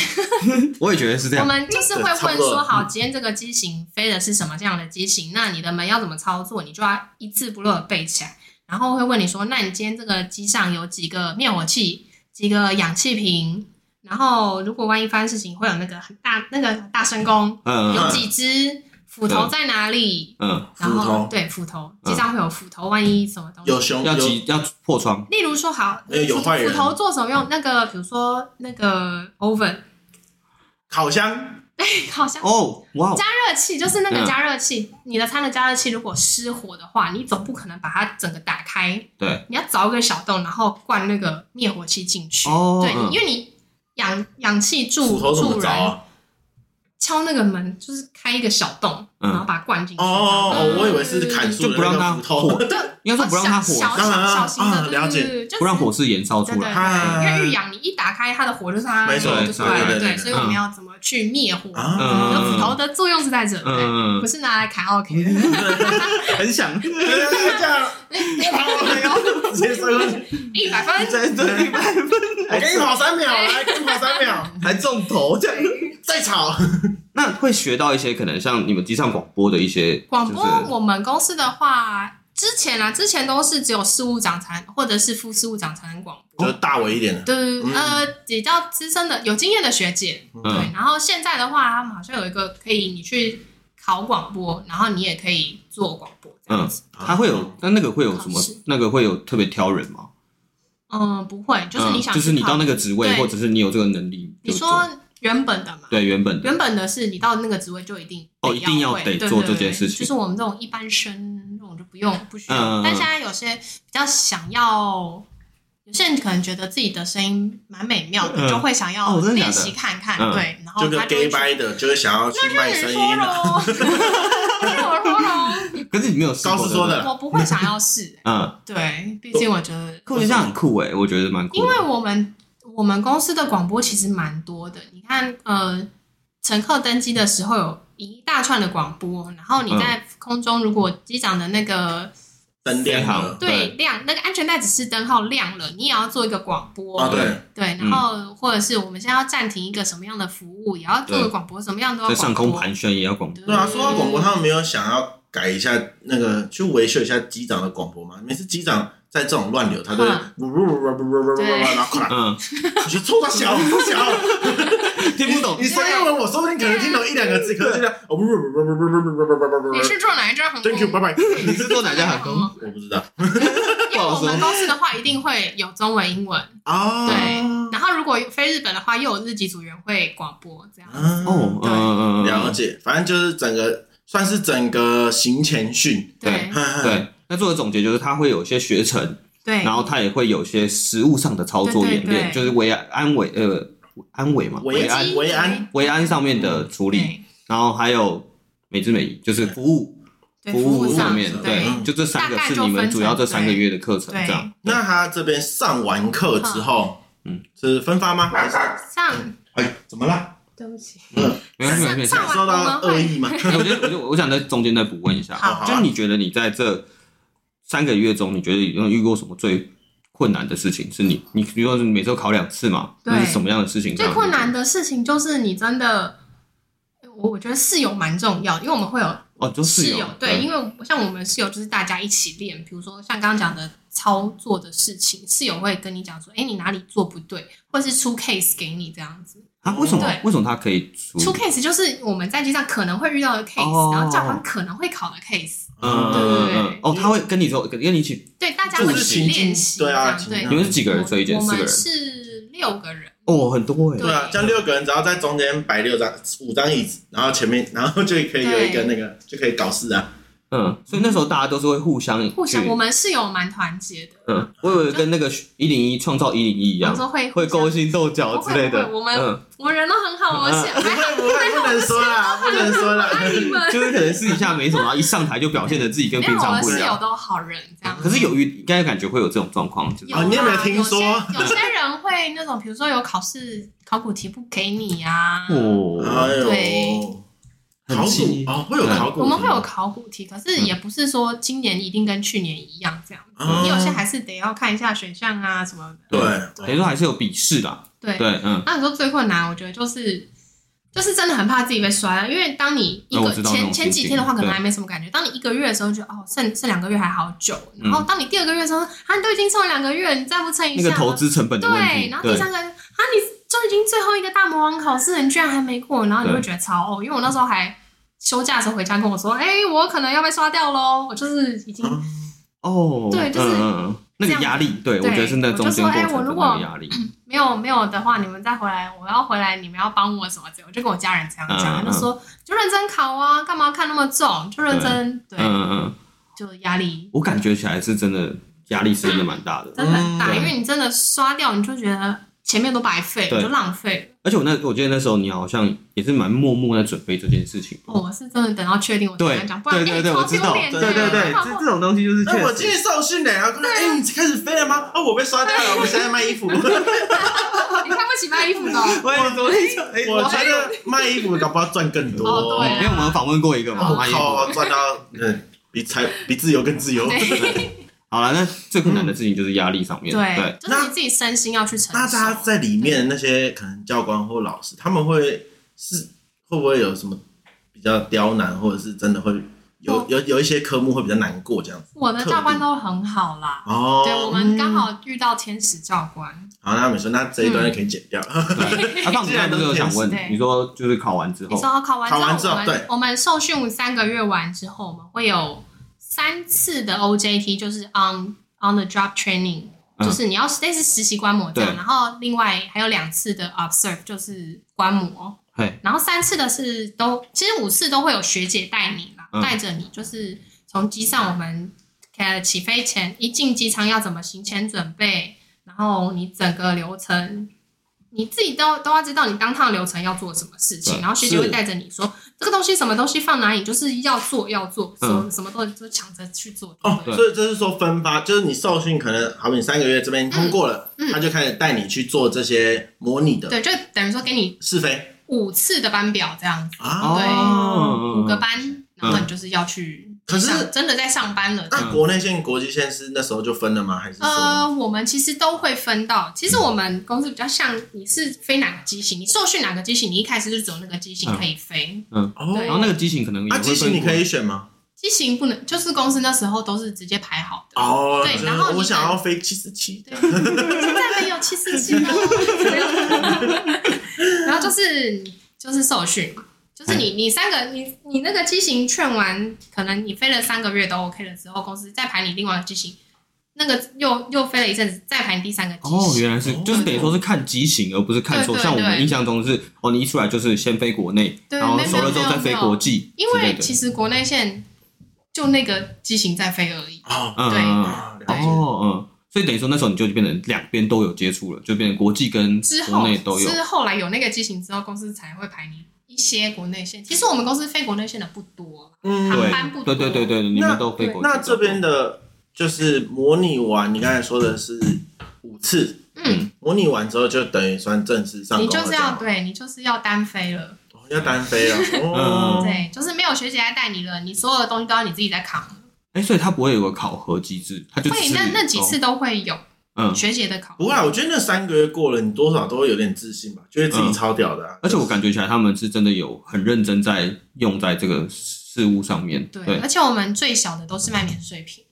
A: 我也觉得是这
C: 我
A: 样。
C: 们就是会
B: 对差
C: 问
B: 不多
C: 说，
B: 了
C: 好，今天这个机型飞的是什么这样的机型？那你的门要怎么操作？你就要一字不漏的背起来。然后会问你说，那你今天这个机上有几个灭火器，几个氧气瓶？然后如果万一发生事情，会有那个很大那个大声公，
A: 嗯
C: 有
A: 嗯
C: 几只斧头在哪里？
A: 嗯，
C: 然
B: 斧头
C: 后对斧头，
A: 嗯
C: 机上会有斧头，万一什么东西？
B: 有熊
A: 要
B: 有
A: 挤要破窗。
C: 例如说好，
B: 呃有
C: 斧
B: 坏人
C: 斧头做什么用？那个比如说那个 oven，
B: 烤箱，
C: 好像
A: 哦，哇哦，
C: 加热器就是那
A: 嗯
C: 个加热器，你的餐的加热器如果失火的话，你总不可能把它整个打开，
A: 对，
C: 你要凿一个小洞，然后灌那个灭火器进去。
A: 哦
C: 对
A: 嗯，
C: 因为你氧氧气
B: 斧
C: 助
B: 头怎么
C: 助
B: 找
C: 燃
B: 啊？
C: 敲那个门，就是开一个小洞，
A: 嗯
C: 然后把它灌进去。嗯
B: 哦哦哦，我以为是砍树
A: 就
B: 的
A: 不让它
B: 那个斧头
A: 火， 应该说
C: 哦
A: 不让它火
C: 小，小
B: 当然啊
C: 小小心
B: 啊
C: 的，
B: 了解
C: 对，对对就是
A: 不让火势燃烧
C: 对
A: 出
C: 对
A: 来。
C: 对，
B: 啊
C: 因为玉养你一打开它的火就是它
B: 没
C: 的
B: 错
C: 火就出来
A: 对
C: 了，
B: 对对对
C: 对，
B: 嗯
C: 所以我们要怎么去灭火？
B: 啊
C: 那
A: 嗯
C: 斧头的作用是在这，对，
A: 嗯
C: 不，是拿来砍 OK 的。
A: 很想
B: 这样，
C: 别跑了哟，
B: 直接射过去
C: 一百分。
A: 在这里百分，
B: 我哎给你跑三秒，来，给你跑三秒，
A: 还中头这样。
C: 对
B: 再吵。
A: 那会学到一些可能像你们机上广播的一些
C: 广播
A: 就是，
C: 我们公司的话，之前啊，之前都是只有事务长才能，或者是副事务长才能广播。
B: 就是大我一点的，
C: 对对对，
B: 嗯
C: 呃，比较资深的、有经验的学姐，
A: 嗯
C: 对。然后现在的话，他们好像有一个可以你去考广播，然后你也可以做广播这
B: 嗯
C: 样子。
A: 它会有，那那个会有什么
C: 考试？
A: 那个会有特别挑人吗？
C: 嗯，不会，就是你想、
A: 嗯就是你到那
C: 个，
A: 个职位，
C: 对
A: 或者是你有这个能力就
C: 你
A: 做，
C: 说原本的嘛，
A: 对原本的
C: 原本的是你到那个职位就一定
A: 哦
C: 得
A: 一定要
C: 会
A: 得
C: 对
A: 做
C: 对
A: 这
C: 对
A: 件事情
C: 就是我们这种一般生那种就不用不需
A: 嗯嗯嗯，
C: 要但现在有些比较想要。有些人可能觉得自己的声音蛮美妙的，
A: 嗯
C: 就会想要
A: 哦真的假的
C: 练习看看，
A: 嗯
C: 对，然后
B: 就跟
C: 哦他就
B: gay
C: 会去
B: 掰的，就是想要去卖 声音的，
C: 那就是说喽， 那我说喽，
A: 可是你没有试过
B: 高斯说的
A: 对不对
B: 啦，
C: 我不会想要试，
A: 嗯，
C: 对，毕竟我觉得
A: 可我觉得这样很酷诶，我觉得蛮酷的。
C: 因为我们我们公司的广播其实蛮多的，你看，呃，乘客登机的时候有一大串的广播，然后你
A: 嗯
C: 在空中如果机长的那个、
B: 灯亮了
C: 对亮那个安全带指示灯号亮了，你也要做一个广播。
B: 啊，对，
C: 对
A: 嗯
C: 然后或者是我们现在要暂停一个什么样的服务，也要做个广播，什么样都要
A: 在
C: 广播。
A: 上空盘旋也要广播，
C: 对
B: 对啊，说到广播，他们没有想要改一下那个，去维修一下机长的广播吗？每次机长在这种乱流，他就呜呜呜呜呜呜，然后咔，
A: 嗯，
B: 我就冲他小小，
A: 听不懂
B: 你说英文，我说不定可能听懂一两个字，可是这样呜呜呜呜呜呜呜呜呜
C: 你是坐哪一张航空
B: Thank you，拜拜。
A: 你是做哪家航空？
B: 我不知道
C: 因为我们公司的话一定会有中文、英文，
B: 啊，
C: 然后如果飞日本的话，又有日籍组员会广播这样。
A: 哦，嗯
C: 对
A: 嗯嗯，嗯
B: 了。解，反正就是整个算是整个行前训，
C: 对
A: 对，那做的总结就是，它会有一些学程，
C: 对，
A: 然后它也会有一些实物上的操作
C: 对对
A: 演练，
C: 对
A: 就是维安安维呃安维嘛，
B: 维
A: 安
B: 安维安
A: 维安上面
C: 嗯
A: 的处理，然后还有美之美仪，就是服务
C: 对
A: 服
C: 务
A: 上
C: 上
A: 面，
C: 对
A: 对，就这三个
C: 大概
A: 是
C: 就
A: 你们
C: 分
A: 主要这
C: 成
A: 三个
C: 对
A: 月的课程
C: 对
A: 这样。
B: 那他这边上完课之后，
A: 嗯，
B: 是分发吗？还是
C: 上，
B: 哎，怎么了？
C: 对不起，
B: 嗯，
A: 没关系，没关系。
C: 上
B: 受到恶意 吗？
A: 哎我觉得，我觉得，我想在中间再补问一下，
C: 好啊
A: 就是你觉得你在这三个月中，你觉得有没有遇过什么最困难的事情？是你，你比如说你每周考两次嘛，
C: 对
A: 那是什么样的事情？
C: 最困难的事情就是你真的，我我觉得室友蛮重要，因为我们会有
A: 哦，就室
C: 友，对，因为像我们室友就是大家一起练，比如说像刚刚讲的操作的事情，室友会跟你讲说，哎，你哪里做不对，或是出 case 给你这样子。
A: 啊，为什么
C: 对？
A: 为什么他可以出？
C: 出 case 就是我们在机上可能会遇到的 case，、
A: 嗯哦
C: 然后教官可能会考的 case，
A: 嗯嗯嗯
C: 对
A: 哦，他会跟你说，跟你一起
C: 对，大家
B: 这
C: 会
B: 是
C: 一起
B: 情境
C: 练习，
B: 对啊
C: 这样
B: 情
C: 对。
A: 你们是几个人
C: 我
A: 这一间？
C: 我
A: 四个
C: 们
A: 人
C: 是六个人，
A: 哦，很多哎，
B: 对啊，这样六个人只要在中间摆六张五张椅子，然后前面然后就可以有一个那个就可以搞事啊。
A: 嗯，所以那时候大家都是会互相
C: 互相
A: 去
C: 我们是有蛮团结的，
A: 嗯，我以为跟那个一零一创造一零一一
C: 有
A: 样
C: 时，候会
A: 会勾
C: 互相
A: 心斗角
C: 不会
A: 之类
C: 不
A: 的。
C: 会我们
A: 嗯
C: 我们人都 很好，我们是
B: 不
C: 还
B: 会不会， 不能说啦，不能说啦。
C: 爱你们，
A: 就是可能私底下没什么，然啊后一上台就表现的自己跟
C: 没
A: 平
C: 有我
A: 常
C: 们
A: 不一
C: 室友
A: 样。
C: 都好人这样。
A: 可是有遇，应该感觉会有这种状况，就是
C: 有
B: 啊你有没有
C: 啦
B: 听说
C: 有些有些人会那种，比如说有考试考古题不给你啊，
A: 哦，
B: 哎
C: 对
B: 呦，考
A: 很
B: 古
A: 气
B: 哦，会有考古，
C: 我们会有考古题，可是也不是说今年一定跟去年一样这样，
B: 哦
A: 嗯
C: 你有些还是得要看一下选项啊什么的。
B: 对
A: 等于说还是有笔试啦。
C: 对，
A: 对，嗯，
C: 那你说最困难，我觉得就是就是真的很怕自己被摔，啊因为当你一
A: 哦我
C: 个
A: 知道那种
C: 前前几天的话
A: 心
C: 可
A: 情
C: 能还没什么感觉，当你一个月的时候就觉得哦剩剩两个月还好久，然后当你第二个月的时候啊你都已经剩了两个月，你再不撑一
A: 嗯那
C: 下
A: 个
C: 吗，
A: 投资成本的问
C: 对，
A: 题
C: 然，后第
A: 对，
C: 三个月啊你就已经最后一个大魔王考试了，你居然还没过，然后你
A: 对
C: 会觉得超哦，因为我那时候还休假的时候回家跟我说，哎、我可能要被刷掉喽，我就是已经、
B: 嗯
A: 哦，
C: 对就是
A: 嗯嗯嗯那
C: 这
A: 个
C: 样
A: 压力，对我
C: 对
A: 觉得是那中间过
C: 我就说哎
A: 程
C: 我
A: 的
C: 如
A: 那
C: 果
A: 个压力，
C: 没有没有的话，你们再回来，我要回来，你们要帮我什么之类，我就跟我家人这样
A: 嗯
C: 讲，
A: 嗯
C: 他就说就认真考啊，干嘛看那么重，就认真，对，
A: 嗯嗯嗯，
C: 就压力
A: 我感觉起来是真的压力是真的蛮大的，
C: 真的很大，
A: 嗯
C: 因为你真的刷掉，你就觉得前面都白费，
A: 对
C: 我就浪费了。
A: 而且我那我记得那时候你好像也是蛮默默在准备这件事情。
C: 哦，我是真的等到确定我才
A: 对
C: 敢讲，不然
A: 对对对
C: 哎
A: 我
C: 超
A: 知
C: 丢
A: 道
C: 脸的
B: 对对
A: 对，
B: 对
A: 这这种东西就是确
B: 哎，我今
A: 实
B: 天受训呢，然后说，哎，你开始飞了吗？哦，我被刷掉 了，我现在卖衣服。
C: 你看不起卖衣服的哦，
A: 喂，昨天
B: 我觉得卖衣服搞不好赚更多。
C: 哦对啊
A: 因为我们访问过一个嘛，
B: 我
A: 卖衣服。
B: 靠，赚到嗯，比财比自由更自 由。
C: 对
A: 好了，那最困难的事情就是压力上面。对
C: 对，，就是
B: 那
C: 你自己身心要去承
B: 那大家
C: 受。
B: 在里面那些可能教官或老师，他们会是会不会有什么比较刁难，或者是真的会有
C: 哦
B: 有有一些科目会比较难过这样子？
C: 我的教官都很好啦，
B: 哦，
C: 对我们刚好遇到天使教官，
B: 好，那美说那这一段就可以剪掉。
C: 嗯
A: 对。啊，那我们刚才不是有想问
C: 对，
A: 你说就是考完之
C: 你
A: 后
C: 说，哦考完
B: 考完之
C: 之
B: 后
C: 后，我
B: 对
C: 们我们受训三个月完之后，我们会有三次的 OJT，就是 on on the job training，
A: 嗯
C: 就是你要类似实习观摩这样，
A: 对
C: 然后另外还有两次的 observe，就是观摩，
A: 嘿，
C: 然后三次的是都其实五次都会有学姐带你啦，
A: 嗯
C: 带着你，就是从机上我们呃起飞前一进机舱要怎么行前准备，然后你整个流程。你自己都都要知道你当趟流程要做什么事情，
A: 对
C: 然后学姐会
B: 是
C: 带着你说这个东西什么东西放哪里，就是要做要做，什么、
A: 嗯
C: 什么都就抢着去做。
B: 哦，
A: 对
B: 所以这是说分发，就是你受训可能好比你三个月这边通过了，
C: 嗯嗯
B: 他就开始带你去做这些模拟的
C: 对，就等于说给你
B: 是非
C: 五次的班表这样子，
B: 啊。
A: 哦，
C: 对，五个班，然后你就是要去
B: 嗯可是嗯
C: 上真的在上班了。
A: 嗯
B: 那国内线、国际线是那时候就分了吗？还是说
C: 呃，我们其实都会分到。其实我们公司比较像，你是飞哪个机型，你受训哪个机型，你一开始就只有那个机型
A: 嗯
C: 可以飞，
A: 然
B: 哦
A: 后？那个机型可能也
B: 啊，
A: 会
B: 机型
A: 分
B: 你
A: 过
B: 可。以选吗？
C: 机型不能，就是公司那时候都是直接排好的。
B: 哦，
C: 对
B: 就是
C: 然后你
B: 我想要飞七十七，
C: 对， 现在没有七四七哦。然后就是就是受训嘛，就是你你三个你你那个机型劝完，可能你飞了三个月都 OK 了之后，公司再排你另外一个机型，那个又又飞了一阵子，再排你第三个机
A: 哦，
C: 型。
A: 原来是
B: 哦，
A: 就是等于说是看机型，而不是看说
C: 对对
A: 像我们
C: 对
A: 印象中是哦，你一出来就是先飞国内，
C: 对
A: 然后
C: 没有
A: 哦熟了之后
C: 没有
A: 再飞
C: 没有
A: 国际
C: 因
A: 之类
C: 为
A: 的，
C: 其实国内线就那个机型在飞而已。
B: 哦，
A: 嗯嗯
C: 对
A: 嗯
B: 啊了解
A: 哦，嗯，所以等于说那时候你就变成两边都有接触了，就变成国际跟
C: 之
A: 国
C: 后
A: 内都有。
C: 是后来有那个机型之后，公司才会排你一些国内线。其实我们公司飞国内线的不多，
B: 嗯
C: 航
A: 对
C: 班不多。
A: 对对对对，你们都飞国际。
B: 那这边
A: 的
B: 的就是模拟完，你刚才说的是五次，
C: 嗯，
B: 模拟完之后就等于算正式上
C: 你
B: 工了
C: 就是
B: 这样
C: 要
B: 吗
C: 对你就是要单飞了，
B: 哦要单飞 了，
A: 嗯
B: 哦，
C: 对，就是没有学姐来带你了，你所有的东西都要你自己在扛了。
A: 哎，所以它不会有个考核机制，它就只
C: 会
A: 是
C: 哎那
A: 你
C: 那几次都会有
A: 哦嗯。
C: 学姐的考
B: 不，会啊，我觉得那三个月过了，你多少都会有点自信吧，觉得
A: 嗯
B: 自己超屌的啊。
A: 而且我感觉起来，他们是真的有很认真在用在这个事物上面。
C: 对，
A: 对，
C: 而且我们最小的都是卖免税品，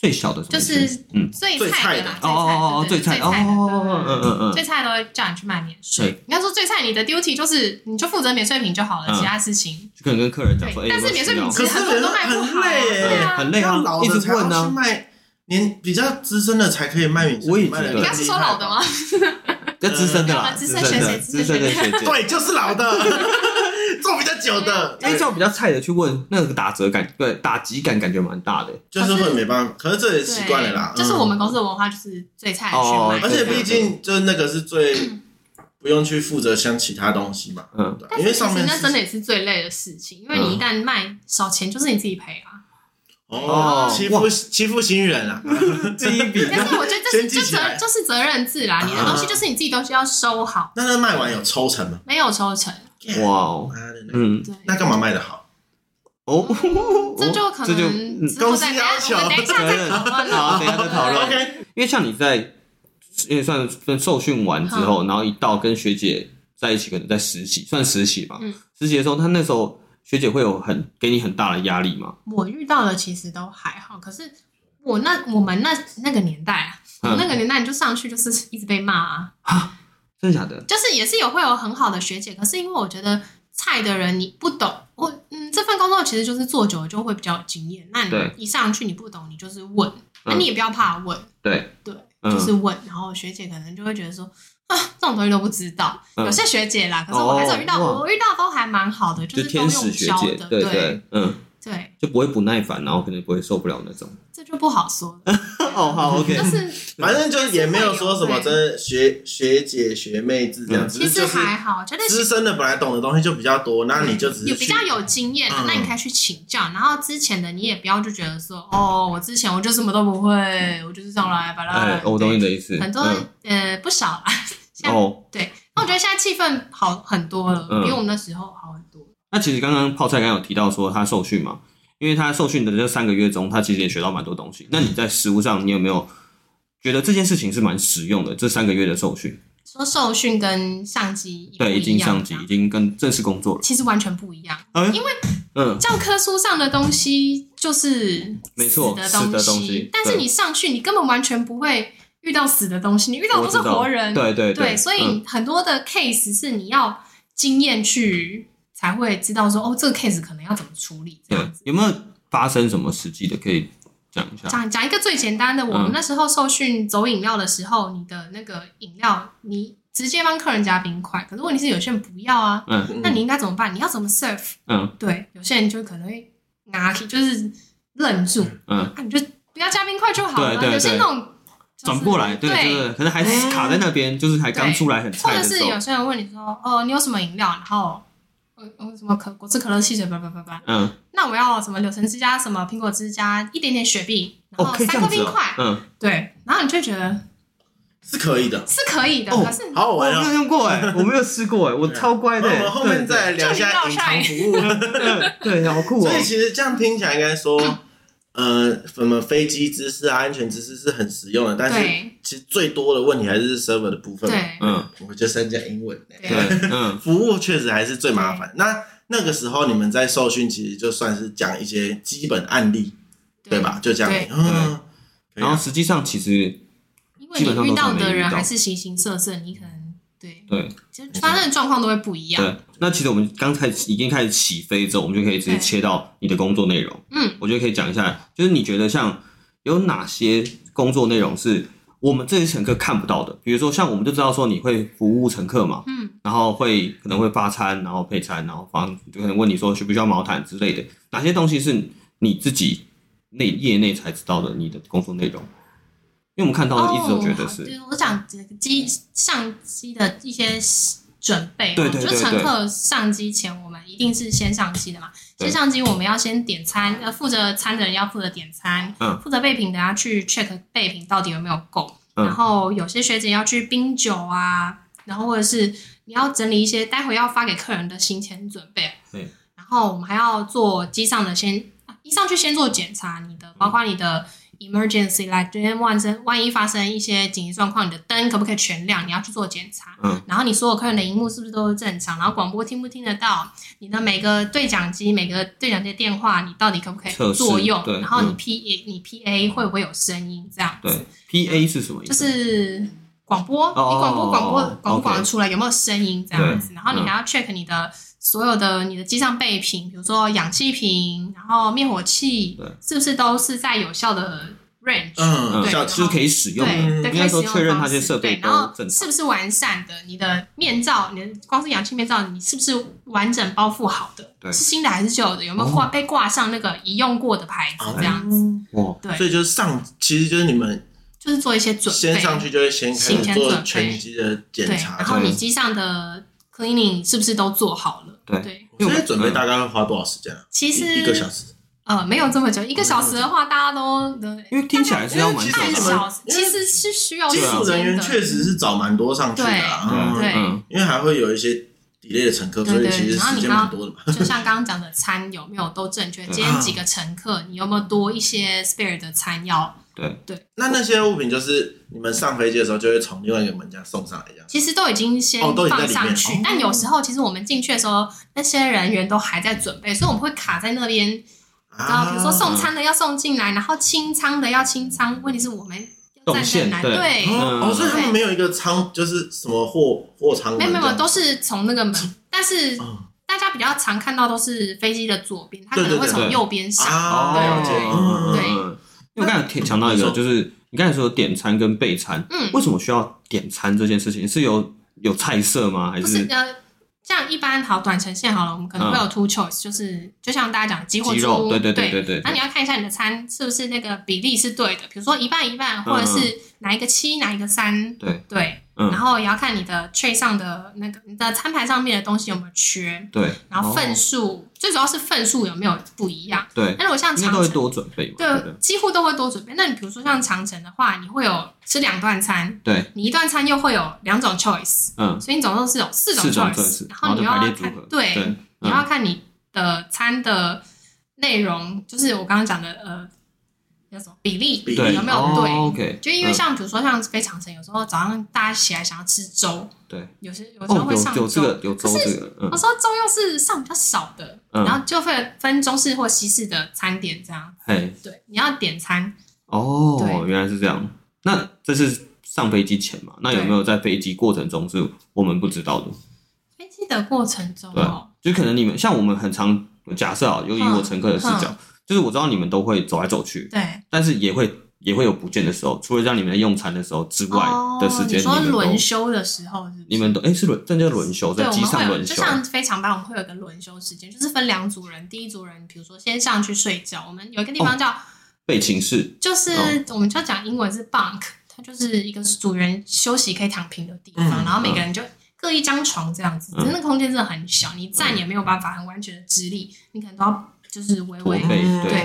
A: 最小的什么
C: 就是
A: 嗯，
C: 最
B: 最
C: 菜
B: 菜
C: 的
B: 的
C: 啦，
A: 哦哦哦，
C: 最
A: 最
C: 菜
A: 菜
C: 的
A: 哦，嗯
C: 对对对对对对
A: 嗯嗯
C: 最菜都会叫你去卖免
A: 对
C: 税。应该说最菜你的 duty 就是你就负责免税品就好了，
A: 嗯
C: 其他事情
A: 就可能跟客人讲
C: 对
A: 说，哎，，
C: 但是免税品
B: 可
C: 其
B: 是
C: 实很多人都卖不好啊，
B: 很累
C: 对
A: 对，
C: 啊，
A: 很累
B: 要
A: 啊
B: 老，
A: 一
B: 的
A: 直
B: 才要
A: 问
B: 去
A: 呢。
B: 卖，年比较资深的才可以卖免税
A: 我也
B: 品卖得
A: 觉得
B: 更
C: 你
B: 厉害
C: 刚是说老的吗？
A: 要资深的
C: 要
A: 啦，
C: 吗
A: 资
C: 资
A: 深
C: 深
A: 的，
C: 学姐
A: 资深的
C: 资
A: 学姐。
B: 对，就是老的， 做比较久
C: 嗯
B: 的，
A: 哎，叫比较菜的去问，那个打折感，对，打击感感觉蛮大的。
B: 就是会没办法。可是这也
C: 对
B: 习惯了啦，
C: 就是
B: 嗯
C: 我们公司的文化，就是最菜的去
A: 哦
C: 卖。
B: 而且毕竟就是那个 是最不用去负责像其他东西嘛，
A: 嗯，
B: 对因为上面
C: 其实那
B: 是嗯
C: 真的也是最累的事情，因为你一旦卖少钱，就是你自己赔啊。
B: 哦
A: 哦
B: 欺
A: 哇
B: 负欺负新人啊，
A: 第一笔
C: 但是我觉得这是
B: 嗯先记
C: 就
B: 起来嗯
C: 责就是责任制啦，你的东西就是你自己东西要收好，
B: 那那卖完有抽成吗？
C: 没有抽成。
A: 哇哦，
B: 妈的嘞，
A: 嗯，
C: 对，
B: 那干嘛卖的好？
A: 哦，
C: 这就可
A: 这就
C: 能
A: 嗯
C: 之
B: 公
C: 后再
B: 司
C: 等
B: 要
C: 一
B: 求
C: 下，我们等一下再讨 论
A: 好，
C: 了。
A: 等一下 再讨论。
B: OK，
A: 因为像你在也算分受训完之后，然后一到跟学姐在一起，可能在实习，算实习嘛。
C: 嗯
A: 实习的时候，她那时候学姐会有很给你很大的压力嘛。
C: 我遇到的其实都还好，可是我那我们那那个年代啊，
A: 嗯
C: 我那个年代你就上去就是一直被骂啊。
A: 真的假的？
C: 就是也是有会有很好的学姐，可是因为我觉得菜的人你不懂，我嗯这份工作其实就是做久了就会比较有经验。那
A: 对
C: 你一上去你不懂，你就是问，那、
A: 嗯
C: 你也不要怕问，
A: 对，
C: 对，
A: 嗯
C: 就是问。然后学姐可能就会觉得说啊这种东西都不知道，
A: 嗯
C: 有些学姐啦，可是我还是有遇到，
A: 哦哇
C: 我遇到都还蛮好的，
A: 就是
C: 都
A: 天
C: 用
A: 使学
C: 教
A: 姐
C: 的，，
A: 对
C: 对，
A: 对，嗯，
C: 对，
A: 就不会不耐烦，然后可能不会受不了那种。
C: 这就不好说了。
A: 哦， 好，OK，
C: 就是
B: 反正就是也没有说什么
C: 对
B: 真的学学姐学妹制这样，
A: 嗯
B: 只
C: 其
B: 是
C: 实
B: 就是
C: 还好，觉得
B: 资深的本来懂的东西就比较多，那你就只是
C: 有比较有经验的
B: 嗯，
C: 那你可以去请教。然后之前的你也不要就觉得说，哦，我之前我就什么都不会，我就是上来把它。
A: 哎，我懂你的意思。
C: 很多
A: 嗯
C: 呃不少啦。 现在
A: 哦，
C: 对，那我觉得现在气氛好很多了，
A: 嗯
C: 比我们那时候好很多。
A: 那其实刚刚泡菜刚刚有提到说他受训嘛，因为他受训的这三个月中，他其实也学到蛮多东西。那你在实务上，你有没有觉得这件事情是蛮实用的？这三个月的受训，
C: 说受训跟上级一不
A: 对，已
C: 一
A: 经
C: 样
A: 上
C: 这
A: 级，
C: 样
A: 已经跟正式工作了。
C: 其实完全不一样。
A: 嗯
C: 因为
A: 嗯，
C: 教科书上的东西就是
A: 没错
C: 死
A: 死的
C: 的
A: 东
C: 东
A: 西
C: 西，但是
A: 对
C: 你上去，你根本完全不会遇到死的东西，你遇到
A: 我
C: 的都是
A: 知道
C: 活人。
A: 对对
C: 对，所以
A: 嗯
C: 很多的 case 是你要经验去才会知道说，哦，这个 case 可能要怎么处理这
A: 对
C: 样子。
A: 有没有发生什么实际的可以讲一下？
C: 讲讲一个最简单的，我
A: 嗯
C: 们那时候受训走饮料的时候，你的那个饮料你直接帮客人加冰块，可是问题是有些人不要啊，
A: 嗯
B: 嗯
C: 那你应该怎么办？你要怎么 serve？
A: 嗯
C: 对，有些人就可能会拿起，就是愣住，
A: 嗯，
C: 啊，你就不要加冰块就好了。
A: 对对
C: 有些
A: 对
C: 那种就是
A: 转过来，对
C: 对
A: 对，可能还是卡在那边，就是还刚出来很
C: 或
A: 菜
C: 者
A: 的时
C: 是
A: 候
C: 有，些人问你说，哦，你有什么饮料？然后，呃，呃什么可果汁、可乐、汽水，叭叭叭叭。
A: 嗯，
C: 那我要什么柳橙汁加什么苹果汁加一点点雪碧，然
A: 哦，
C: 后
A: 可以这
C: 三个
A: 样子
C: 冰
A: 哦
C: 块，，
A: 嗯，
C: 对，然后你就觉得
B: 是可以的。
C: 是可以的，
A: 哦
C: 可是
B: 好好玩
A: 我没有
B: 啊！
A: 用过 哎，我没有试过哎，我超乖的
B: 那我
A: 欸。
B: 们后面
A: 对
B: 再聊一下隐藏服务。
A: 对对，好酷哦
B: 所以。 其实这样听起来，应该说， 呃，什么飞机知识啊、安全知识是很实用的，但是
C: 对
B: 其实最多的问题还是 server 的部分嘛。
C: 对
A: 嗯，
B: 我就升降英文。
C: 对
A: 对， 嗯
B: 服务确实还是最麻烦。那那个时候你们在受训，其实就算是讲一些基本案例，对？吧？就这样。
C: 对
B: 嗯，可以
A: 然后
B: 啊
A: 实际上其实
C: 因为
A: 基本上
C: 你
A: 都
C: 遇
A: 是
C: 到
A: 没
C: 的
A: 遇
C: 人
A: 到
C: 还是形形色色，你可能对，
A: 对
C: 就是发生的状况都会不一样。
A: 对，那其实我们刚开始已经开始起飞之后，我们就可以直接
C: 对
A: 切到你的工作内容。
C: 嗯，
A: 我觉得可以讲一下，就是你觉得像有哪些工作内容是我们这些乘客看不到的？比如说像我们就知道说你会服务乘客嘛，
C: 嗯，
A: 然后会可能会发餐，然后配餐，然后帮就可能问你说需不需要毛毯之类的，哪些东西是你自己内业内才知道的你的工作内容？因为我们看到的一直都觉得
C: 哦好
A: 是，
C: 对我讲这个机上机的一些准备哦，
A: 对对对
C: 就
A: 对
C: 是乘客上机前，我们一定是先上机的嘛。
A: 对
C: 先上机，我们要先点餐，呃，负责餐的人要负责点餐，
A: 嗯
C: 负责备品的要去 check 备品到底有没有够，
A: 嗯
C: 然后有些学姐要去冰酒啊，然后或者是你要整理一些待会要发给客人的行前准备，
A: 对，
C: 然后我们还要做机上的先，啊一上去先做检查，你的包括你的 emergency，来今天万生万一发生一些紧急状况，你的灯可不可以全亮，你要去做检查，
A: 嗯
C: 然后你所有客人的荧幕是不是都是正常，然后广播听不听得到，你的每个对讲机、每个对讲机的电话，你到底可不可以
A: 测试
C: 作用
A: 对，
C: 然后你
A: 嗯
C: P、你 P A 会不会有声音这样
A: 对
C: 子，
A: P A 是什么意
C: 就
A: 思？
C: 是。广播，你广播广播
A: 哦
C: 广播
A: OK
C: 广得出来有没有声音这样子？然后你
A: 嗯
C: 还要 check 你的所有的你的机上备品，比如说氧气瓶，然后灭火器
A: 对，
C: 是不是都是在有效的 range？
B: 嗯，
A: 嗯，
C: 对
B: 小
A: 就是可以使用的，
C: 对，
A: 应该说
C: 可以使用
A: 确认
C: 方
A: 那些
C: 式
A: 设备
C: 对
A: 都
C: 然后
A: 正常
C: 是不是完善的？你的面罩，你的光是氧气面罩，你是不是完整包覆好的？
A: 对哦
C: 是新的还是旧的？有没有挂、被挂上那个已用过的牌子
B: 哦？
C: 这样子，
A: 哇，
B: 所
C: 对，
B: 以就是上，其实就是你们
C: 就是做一些准备，
B: 先上去就会先开
C: 行
B: 始
C: 前
B: 做
C: 准备
B: 全机的
C: 对，
B: 检查，
C: 然后
A: 对
C: 你机上的 cleaning 是不是都做好了？
A: 对
C: 对，
A: 因为
B: 所
A: 我
B: 以准备
A: 嗯
B: 大概会花多少时间啊？
C: 其实
B: 一一个小时。
C: 呃没有这么久，一个小时的话，大家都
A: 因为听起来是要蛮久
C: 半
B: 因为
A: 的，
C: 小时，
B: 因为
C: 其实是需要
B: 技术
C: 哦时间
B: 人员
C: 的
B: 确实是找蛮多上去的啦，
A: 对
B: 嗯
C: 对
A: 嗯
B: 因为还会有一些 delay 的乘客，
C: 对
B: 所以
C: 对
B: 其实
C: 然后
B: 时
C: 你
B: 间
C: 刚
B: 蛮多的嘛。
C: 就像刚刚讲的餐有没有都正确，
A: 对
C: 今
B: 啊
C: 天几个乘客，你有没有多一些 spare 的餐要？
A: 对，
B: 那那些物品就是你们上飞机的时候就会从另外一个门这样送上来，这样。
C: 其实都已经先
B: 哦都已经在
C: 放
B: 里面
C: 上去，
B: 哦
C: 但有时候其实我们进去的时候，那些人员都还在准备，所以我们会卡在那边。然哦后比如
B: 啊
C: 说送餐的要送进来，然后清仓的要清仓，问题是我们要
A: 动
C: 站在
A: 线
C: 哪？
A: 对
C: 对，
A: 嗯
B: 哦，哦所以他们没有一个仓，就是什么货货仓门
C: 没有
B: 这
C: 没
B: 样，
C: 有，都是从那个门，但是
B: 哦
C: 大家比较常看到都是飞机的左边，它可
B: 对对
C: 能会
B: 对
A: 对哦
C: 从右边上。
B: 啊，了解，嗯，
C: 对
A: 嗯
B: 嗯
A: 嗯因为我刚才有提讲到一个，就是你刚才说点餐跟备餐，
C: 嗯，
A: 为什么需要点餐这件事情？是有有菜色吗？还
C: 不是
A: 是
C: 呃，像一般好短程线好了，我们可能会有 two choice，、就是就像大家讲激或
A: 鸡肉
C: 猪，
A: 对对对
C: 对
A: 对对对
C: 然后你要看一下你的餐是不是那个比例是对的，比如说一半一半，或者是哪一个七哪一个三，
A: 嗯对
C: 对，
A: 嗯
C: 然后也要看你的 tray 上的那个你的餐盘上面的东西有没有缺，
A: 对，
C: 然后份
A: 哦
C: 数、最主要是份数有没有不一样。
A: 对，
C: 那如果像
A: 应该
C: 长
A: 都会
C: 城，
A: 多准备嘛，对不
C: 对，几乎都会多准备。那你比如说像长城的话，你会有吃两段餐，
A: 对，对
C: 你一段餐又会有两种 choice，
A: 嗯，
C: 所以你总共是有四种
A: 四种
C: choice，
A: choice，
C: 然后你
A: 然后
C: 要
A: 就排列
C: 看
A: 组合
C: 对，
A: 对，
C: 你要
A: 嗯
C: 看你的餐的内容，就是我刚刚讲的呃，叫什么比例
B: 比
A: 对
C: 有没有对？
A: 哦？OK，
C: 就因为
A: 嗯
C: 像比如说像非长城，有时候早上大家起来想要吃粥，
A: 对，
C: 有些有时候
A: 哦，
C: 会上
A: 有有这
C: 粥，
A: 个有粥
C: 可是
A: 这个，嗯
C: 有时候粥又是上比较少的，然
A: 嗯，
C: 后就会分中式或西式的餐点这样。
A: 嘿，
C: 对，你要点餐，
A: 哦，
C: 对
A: 原来是这样。那这是上飞机前嘛？那有
C: 对
A: 没有在飞机过程中是我们不知道的？
C: 飞机的过程中
A: 对
C: 哦，
A: 就可能你们像我们很常假设啊，就以我乘客的视
C: 嗯
A: 角，就是我知道你们都会走来走去，
C: 对，
A: 但是也会也会有不见的时候，除了让你们在用餐的时候之外的时间，
C: 哦、你
A: 你
C: 说
A: 们都
C: 轮休的时候是不是
A: 你们都哎、是轮，这叫轮休，
C: 对，
A: 在
C: 我
A: 机
C: 们会
A: 上
C: 有，
A: 轮
C: 就
A: 休，
C: 像非常班，我们会有一个轮休时间，就是分两组人，第一组人比如说先上去睡觉，我们有一个地方叫，
A: 被寝室
C: 就是、
A: 哦
C: 我们就讲英文是 bunk，它就是一个组员休息可以躺平的地方，
B: 嗯
C: 然后每个人就。各一张床这样子，
A: 嗯
C: 真的空间真的很小，你站也没有办法很完全的直立，你可能都要就是微
A: 驼
C: 微
A: 背，对，
C: 对，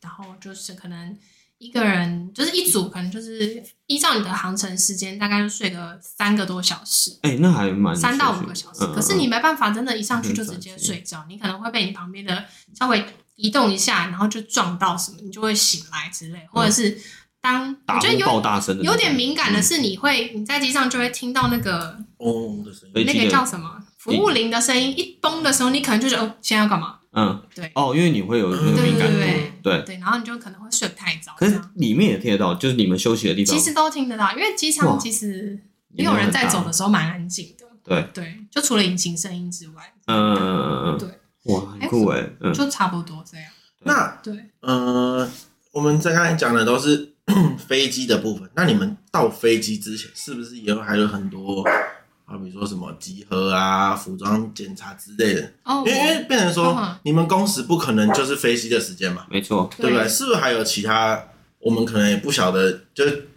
C: 然后就是可能一个人就是一组，可能就是依照你的航程时间，大概就睡个三个多小时，
A: 哎、那还蛮
C: 三到
A: 舒
C: 五
A: 服
C: 个小时。
A: 嗯
C: 可是你
A: 嗯
C: 没办法，真的，一上去
A: 很
C: 就直
A: 专
C: 接
A: 心
C: 睡着，你可能会被你旁边的稍微移动一下，然后就撞到什么，你就会醒来之类，或者是当
A: 打
C: 我觉得
A: 呼爆
C: 有
A: 嗯大声的那种，
C: 有点敏感的
A: 嗯
C: 是，你会你在机上就会听到那个
B: 嗡哦的声音
A: 飞
C: 那
A: 机
C: 个
A: 的
C: 叫什么服务铃的声音，一崩的时候，你可能就觉得哦，现在要干嘛？
A: 嗯，
C: 对
A: 哦，因为你会有那
B: 嗯
A: 个
C: 对
A: 敏
C: 对
A: 感
C: 对
A: 度，
C: 对
A: 对。
C: 对，然后你就可能会睡不太着。
A: 可
C: 这
A: 是
C: 样
A: 里面也听得到，就是你们休息的地方，
C: 其实都听得到，因为机
A: 哇
C: 场其实
A: 也
C: 没有人
A: 很
C: 在
A: 大
C: 走的，时候蛮安静的。
A: 对，
C: 对，就除了引擎声音之外，
A: 嗯嗯嗯嗯嗯，嗯，哇，很酷哎，嗯，
C: 就差不多这样。
B: 那
C: 对，
B: 呃，我们在刚才讲的都是 飞机的部分。那你们到飞机之前，是不是也有还有很多，好比说什么集合啊、服装检查之类的？
C: 哦，
B: 因为因为
C: 我
B: 变成说
C: 嗯，
B: 你们工时不可能就是飞机的时间嘛，
A: 没错，
B: 对不对？是不是还有其他我们可能也不晓得，就是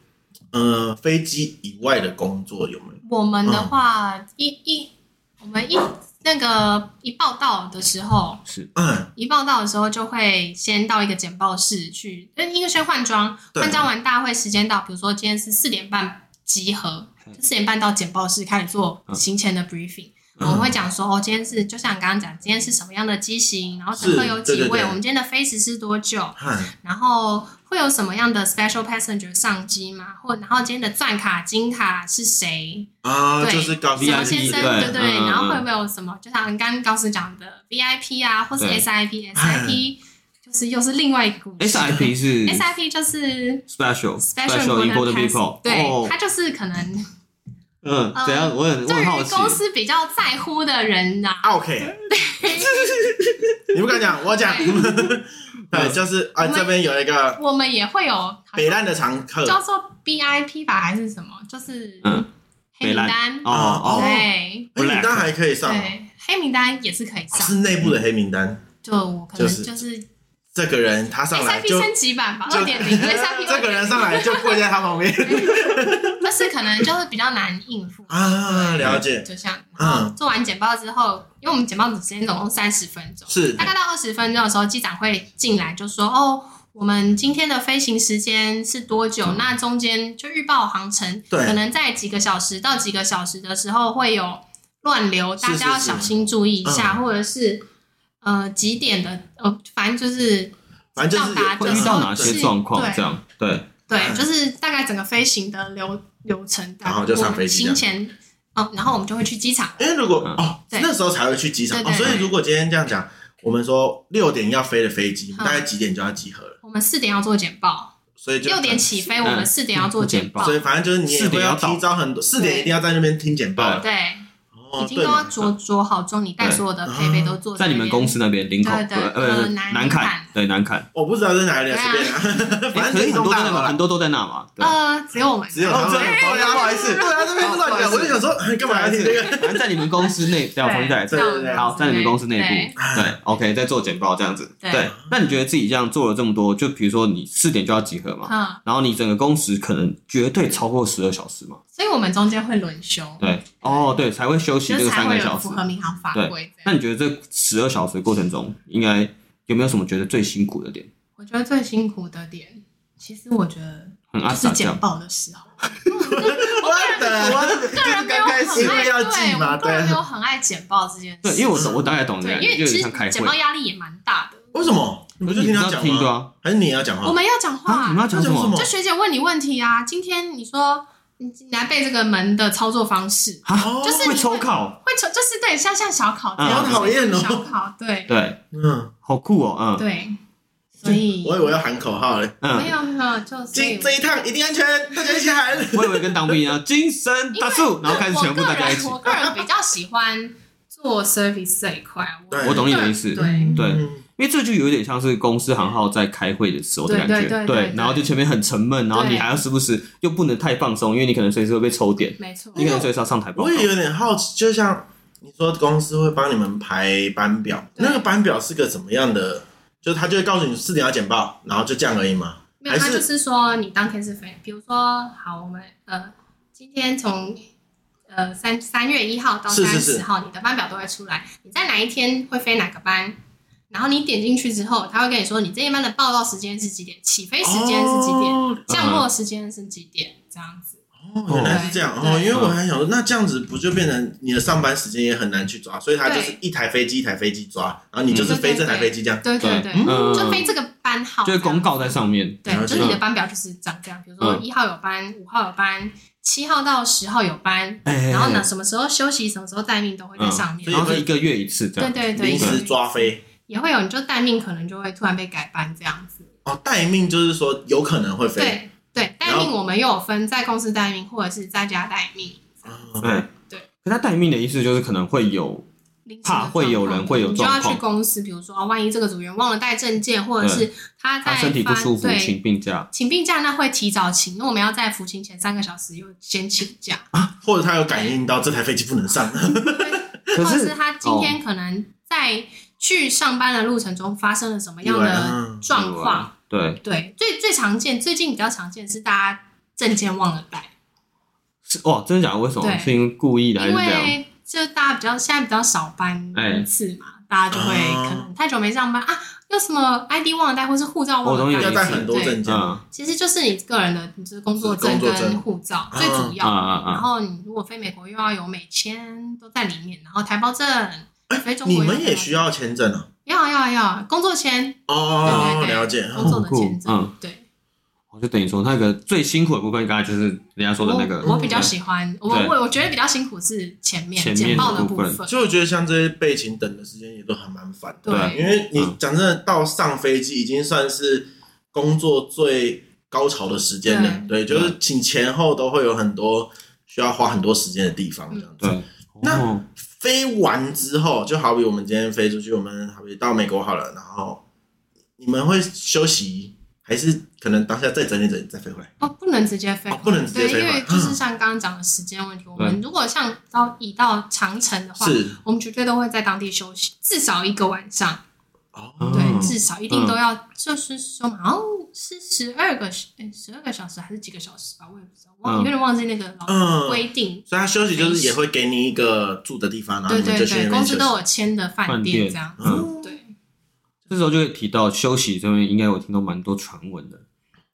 B: 呃，飞机以外的工作有没有？
C: 我们
A: 嗯
C: 的话，一一我们一那个一报道的时候，
A: 是
B: 嗯，
C: 一报道的时候就会先到一个简报室去，嗯，应该先换装，
B: 对
C: 换装完大会时间到，比如说今天是四点半集合，
B: 嗯
C: 四点半到简报室开始做行前的 briefing。我
B: 嗯
C: 们会讲说，哦，今天是就像你刚刚讲，今天是什么样的机型，然后乘客
B: 是
C: 有
B: 对
C: 几
B: 对
C: 位，
B: 对
C: 我们今天的飞时是多久，
B: 哼，
C: 然后会有什么样的 special passenger 上机吗？或然后今天的钻卡、金卡是谁？
B: 啊，
C: 对
B: 就是告诉
C: 什
B: 你
C: 么
A: VIP
C: 哦先生？
A: 对
C: 对对，
A: 嗯嗯
C: 然后会不会有什么？就像刚刚高师讲的 VIP 啊，或是
A: 对
C: SIP、SIP，就 是又是另外一个故事。
A: SIP 是
C: SIP 就是
A: special
C: special
A: important
C: Pass-
A: people，
C: 对，
A: 哦
C: 他就是可能
A: 嗯，
C: 呃
A: 怎样？我很我
C: 对
A: 很
C: 于
A: 好奇，
C: 公司比较在乎的人呐、
B: 啊 OK，你不敢讲，我讲。对，就是啊，
C: 我们
B: 这边有一个
C: 我们也会有好
B: 北
C: 像
B: 烂的常客，
C: 叫做 BIP 吧，还是什么？就是
A: 嗯
C: 黑名单，
A: 哦哦，
C: 对
B: 黑哎名
A: Black
B: 单还可以上哦，
C: 对，黑名单也是可以
B: 是
C: 上。
B: 内部的黑名单。
C: 就我可
B: 就
C: 能
B: 是
C: 就是
B: 这个人他上来
C: SIP
B: 就，
C: 升级版吧，
B: 就
C: 二点 零 SIP
B: 这个人上来就跪在他旁边
C: 但是可能就是比较难应付。
B: 啊，了解，
C: 就像
B: 嗯
C: 然后做完简报之后，因为我们简报的时间总共三十分钟，
B: 是
C: 大概到二十分钟的时候，机长会进来就说：“哦，我们今天的飞行时间是多久？那中间就预报航程，
B: 嗯对
C: 可能在几个小时到几个小时的时候会有乱流，
B: 是
C: 大
B: 是
C: 家要
B: 是
C: 小心注意一下，
B: 嗯
C: 或者是呃几点的呃，反正就是
B: 反正就
C: 到
B: 是
C: 达
A: 会
C: 的
A: 遇
C: 时
A: 到
C: 候
A: 哪些
C: 是
A: 状况？
C: 对
A: 这样对，
C: 对， 就是大概整个飞行的流流程，
B: 然后就上飞机
C: 行前，哦，然后我们就会去机场。
B: 因为如果
A: 嗯
B: 哦，
C: 对
B: 那时候才会去机场
C: 对
B: 哦，
C: 对
B: 所以
C: 对
B: 如果今天这样讲，我们说六点要飞的飞机，
C: 嗯
B: 大概几点就要集合了，
C: 我们四点要做简报，
B: 所以就哦
C: 六点起飞，我们四点要做简报
A: 嗯
B: 所。以反正就是你也
A: 四
B: 会
A: 点
B: 要
A: 要到
B: 提早很多，四点一定要在那边听简报了。
C: 对，
B: 哦，
C: 已经都
B: 对嘛啊
C: 要着着好妆，你带所有的配备都做。
A: 在你们公司那边林口
C: 对对
A: 呃呃
C: 呃南
A: 南坎
C: 坎
A: 对南坎，
B: 我不知道在哪里，
C: 对
B: 随
C: 啊
B: 便啊，
A: 哎
B: 反
A: 可是
B: 正就
A: 很
B: 一栋
A: 多在
B: 大
A: 那
B: 楼
A: 个
B: 啊
A: 很多都在那嘛，对
C: 呃，只有我们
B: 只有他们
A: 哦只有你们
B: 对啊不好意思，对啊，这边不知道
A: 我也
B: 我就想说，哎干嘛要听这个？
A: 反正在你们公司内，对，我重新再来一次
B: 对。
A: 好，在你们公司内
C: 对
A: 部，对，OK，再做简报这样子。
C: 对
A: 对，那你觉得自己这样做了这么多，就比如说你四点就要集合嘛，
C: 嗯，
A: 然后你整个工时可能绝对超过十二小时嘛，
C: 所以我们中间会轮休，
A: 对，哦，对，才会休息
C: 就
A: 这个
C: 是才
A: 三
C: 会
A: 个
C: 有
A: 小时
C: 符。合民航法规这
A: 那
C: 样。
A: 你觉得这十二小时的过程中，应该有没有什么觉得最辛苦的点？
C: 我觉得最辛苦的点，其实我觉得
A: 很阿
C: 就
A: 傻
C: 是
A: 这
C: 简
A: 样，
C: 报的时候，
B: 我的，就是
C: 个人没有
B: 刚开
C: 很
B: 始会
C: 爱，
B: 要
C: 对，
B: 记嘛，
C: 我个
B: 对啊
C: 人没。有很爱简报这件事。
A: 对，因为我我大概懂这
C: 对，
A: 样，
C: 因为
A: 就有
C: 其
A: 点像开会
C: 实简报，压力也蛮大的。
B: 为什么？你
A: 不
B: 不
A: 是
B: 是
A: 你
B: 听他
A: 要
B: 讲
A: 听对
B: 吗？
A: 啊，
B: 还是你要讲话？
C: 我们要讲
A: 啊，
C: 话
A: 你们，要讲什
B: 那讲
A: 么
B: 什？
C: 就学姐问你问题啊。今天你说你你来背这个门的操作方式，
A: 啊，
B: 哦
C: 就是你
A: 会抽考，
C: 会从就是对，像像小考这
A: 啊
C: 样，
A: 好
B: 讨厌哦
C: 小考，对
A: 对，
B: 嗯，
A: 好酷哦，嗯，
C: 对，所以
B: 我以为要喊口号嘞。
C: 没
A: 嗯，
C: 有没有，就所以
B: 这这一趟一定安全，大家一起喊。
A: 我以为跟当兵一样，精神
C: 因为
A: 大树，然后开始全部大家一起
C: 我。个人我个人比较喜欢做 service 这一块，
B: 对
A: 我懂你的意思
C: 对
A: 对
B: 嗯
A: 因为这就有点像是公司行号在开会的时候的
C: 对
A: 感觉，
C: 对对对对
A: 然后就前面很沉闷，然后你
C: 对
A: 还要时不时又不能太放松，因为你可能随时会被抽点，
C: 没错，
A: 你可能随时要上台报
B: 哎我
A: 告。
B: 也有点好奇，就像你说公司会帮你们排班表，
C: 对
B: 那个班表是个怎么样的？就是他就会告诉你四点要简报，然后就这样而已嘛。
C: 没有，他
B: 还
C: 就是是说你当天是飞，比如说好，我们呃今天从呃三三月一号到
B: 是
C: 三
B: 是
C: 十
B: 是
C: 号，你的班表都会出来，你在哪一天会飞哪个班。然后你点进去之后，他会跟你说你这一班的报到时间是几点，起飞时间是几点，
B: 哦
C: 降落时间是几点，这样子。
B: 哦，原来是这样哦，
C: 对
B: 因为我还想说，那这样子不就变成你的上班时间也很难去抓，所以他就是一台飞机一台飞机抓，然后你就是
C: 嗯
B: 飞这台飞机这样。
C: 对对对，
A: 嗯嗯
C: 就飞这个班号，
A: 就是公告在。上面，
C: 对，
B: 了解
C: 就是你的班表就是长这样，比如说
A: 嗯
C: 一号有班，五号有班，七号到十号有班，
A: 哎
C: 然后呢，什么时候休息，什么时候待命都会在上面。
B: 嗯
A: 然后是一个月一次这
C: 对
A: 样，
C: 对对，
B: 临时抓飞
C: 也会有，你就待命可能就会突然被改班这样子。
B: 哦，待命就是说有可能会飞。
C: 对对，待
B: 然
C: 命
B: 后
C: 我们又有分在公司待命或者是在家待命，
B: 哦
A: 对
C: 对。
A: 哎可他待命的意思就是可能会有，
C: 临时的
A: 怕会有
C: 状况
A: 人会有
C: 你就要
A: 状况
C: 去公司，比如说哦，万一这个组员忘了带证件，或者是他在
A: 他啊身体不
C: 发
A: 舒服，
C: 对
A: 请病假
C: 请病假那会提早请，那我们要在服勤前三个小时又先请 假。
B: 或者他有感应到这台飞机不能上，
A: 可
C: 或者
A: 是哦
C: 是他今天可能在去上班的路程中发生了什么样
B: 意外
C: 的
B: 嗯
C: 状
A: 啊
C: 况？
A: 对，
C: 对，最最常见，最近比较常见是大家证件忘了带，
A: 是哇，真的假的？为什么？
C: 对
A: 是因为故意的还是
C: 因
A: 这样？
C: 为就大家比较现在比较少班
A: 哎
C: 次嘛，大家就会
B: 哦
C: 可能太久没上班啊，有什么 ID 忘了带，或是护照忘
A: 我懂你
C: 了
A: 的
B: 要
A: 意
C: 带。
A: 思
B: 带很多证件。
A: 嗯
C: 其实就是你个人的，你就是工作证
B: 工作证
C: 跟护照
B: 嗯
C: 最主
A: 啊
C: 要的。
A: 啊
C: 然
A: 啊！
C: 后你如果飞美国又要有美签都在里面，然后台胞证，飞中
B: 哎
C: 国
B: 你
C: 又
B: 们
C: 要
B: 也需要签证啊？
C: 要要要工作签，
B: 哦，
C: 对对对
B: 了解。
C: 工作的签证，
A: 嗯
C: 对，
A: 我就等于说那个最辛苦的部分，刚才就是人家说的那个，
C: 我我比较喜欢，我
A: 对
C: 我我觉得比较辛苦是前面
A: 前面
C: 简报
A: 的部
C: 部
A: 分
C: 分，
B: 所以我觉得像这些备勤等的时间也都还蛮烦的，
A: 对
B: 因
C: 对
B: 为你
A: 嗯
B: 讲真的，到上飞机已经算是工作最高潮的时间了。对，就是请前后都会有很多需要花很多时间的地
C: 嗯
B: 方，这样子。
A: 对。
B: 那
A: 哦
B: 飞完之后，就好比我们今天飞出去，我们好比到美国好了，然后你们会休息，还是可能当下再整理整理再飞回来？
C: 哦，不能直接飞回来，
B: 哦不能直接
C: 对，
B: 飞
C: 因
B: 回来
C: 为就是像刚刚讲的时间问题，我们如果像到移到长城的话，
B: 是
C: 我们绝对都会在当地休息，至少一个晚上，
B: 哦，
A: 嗯
C: 对，至少一定都要，就是说嘛，好像是十二个十二个小时还是几个小时吧，我也不知道，我
A: 嗯
C: 有点忘记那个老
B: 嗯，
C: 规定。
B: 所以他休息就是也会给你一个住的地方，然后
C: 对
B: 你们
C: 对
B: 嗯就去
C: 对，
B: 那边
C: 公
B: 休
C: 司
B: 息。
C: 都有签的饭
A: 饭店
C: 这样，
A: 嗯
B: 嗯，
C: 对，
A: 这时候就会提到休息这边，应该有听到蛮多传闻的，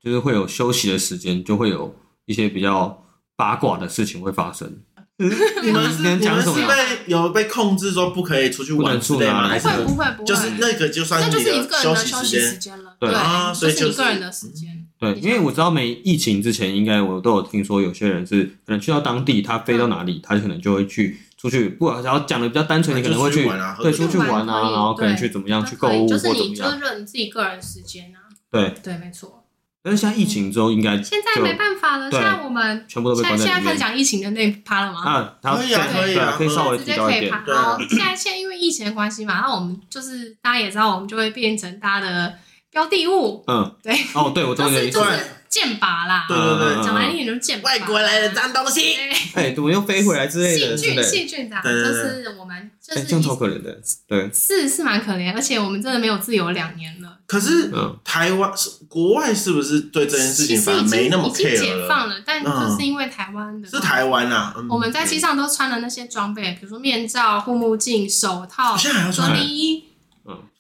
A: 就是会有休息的时间，就会有一些比较八卦的事情会发生。
B: 你们是
A: 你们
B: 你
A: 讲
B: 们
A: 什
B: 是
A: 么呀
B: 被有被控制说啊不可以出去玩之类吗？
A: 不能
B: 还
A: 出
B: 是
A: 门
C: 会不会不会？
B: 就是那个就算
C: 那就是你
B: 的
C: 个人
B: 休
C: 的
B: 息
C: 休
B: 时
C: 息时
B: 间？
C: 间了，
A: 对
B: 啊所以
C: 就是
B: 就
C: 你个
B: 是
C: 人的时间，
A: 对，
C: 你
A: 因为
C: 想
A: 我知道没疫情之前，应该我都有听说有些人是可能去到当地，他飞到哪里，他可能就会去出去，不管然后讲的比较单纯，你可能会去
B: 就出去玩啊
A: 对
B: 喝酒
A: 出去玩
C: 出去玩可
A: 啊，
C: 以
A: 然后可能
C: 对
A: 去怎么样
C: 都
A: 去购
C: 可以
A: 物
C: 就
A: 或
C: 是
A: 怎
C: 你
A: 么
C: 就
A: 样。
C: 认你自己个人时间啊，
A: 对，
C: 对，没错。
A: 但是现在疫情之后，应该
C: 现在没办法了，
A: 对
C: 现在我们
A: 全部都被
C: 现在
A: 关
C: 现
A: 在
C: 在
A: 里
C: 开
A: 面
C: 始讲疫情的那一趴了吗？
A: 啊。他
B: 可以啊
A: 对
B: 可以啊
A: 对，可以稍微
C: 直
A: 提
C: 接
A: 到
C: 可
A: 一
C: 以
A: 点
C: 趴。
B: 对
C: 好，现在现在因为疫情的关系嘛，然后我们就是大家也知道，我们就会变成大家的标的物，
A: 嗯，
C: 对，
A: 哦，对，我
C: 就
A: 懂你的
C: 是
A: 意
C: 就
A: 思
C: 是。剑拔啦，
B: 对对
A: 嗯
B: 对
A: 嗯嗯
C: 讲难听点就是剑拔。
B: 外国来的脏东西，
C: 对
A: 哎，怎么又飞回来之类的，
C: 细
A: 之类
C: 菌
A: 的，
C: 细菌长，就
B: 对对对
C: 是我们就
A: 哎，
C: 是
A: 这样超可怜的，对，
C: 是是蛮可怜，而且我们真的没有自由两年了。
B: 可是
A: 嗯，
B: 台湾是国外是不是对这件事
C: 其
B: 情
C: 实
B: 反而
C: 已
B: 没
C: 经
B: 那么
C: 已经
B: care
C: 解放
B: 了？嗯
C: 了，但就是因为台湾的
B: 是台湾啊，嗯
C: 我们在机上都穿了那些装备，比如说面罩、护目镜、手套
B: 好、像还要
C: 隔
B: 穿，
C: 离衣。
B: 嗯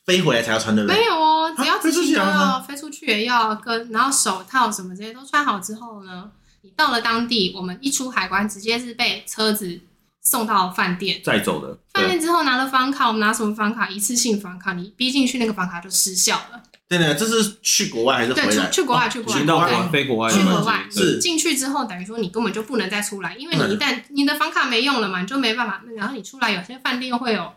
B: 飞回来才要穿，对不对？
C: 没有哦，只要
B: 啊
C: 自
B: 飞出
C: 己
B: 去
C: 都
B: 也要
C: 要飞出去也要跟，然后手套什么这些都穿好之后呢，你到了当地，我们一出海关，直接是被车子送到饭店。
A: 再走的，
C: 饭
A: 对，
C: 店之后拿了房卡，我们拿什么房卡？一次性房卡，你逼进去那个房卡就失效了。
B: 对对，这是去国外还是回
C: 对，去
B: 来？哦
C: 去国外，去国
A: 已
C: 外，
A: 经到国
C: 对
A: 外飞国外
C: 去国
A: 了，
C: 外
B: 是
C: 进去之后，等于说你根本就不能再出来，因为你一
A: 嗯
C: 旦你的房卡没用了嘛，你就没办法。然后你出来，有些饭店会有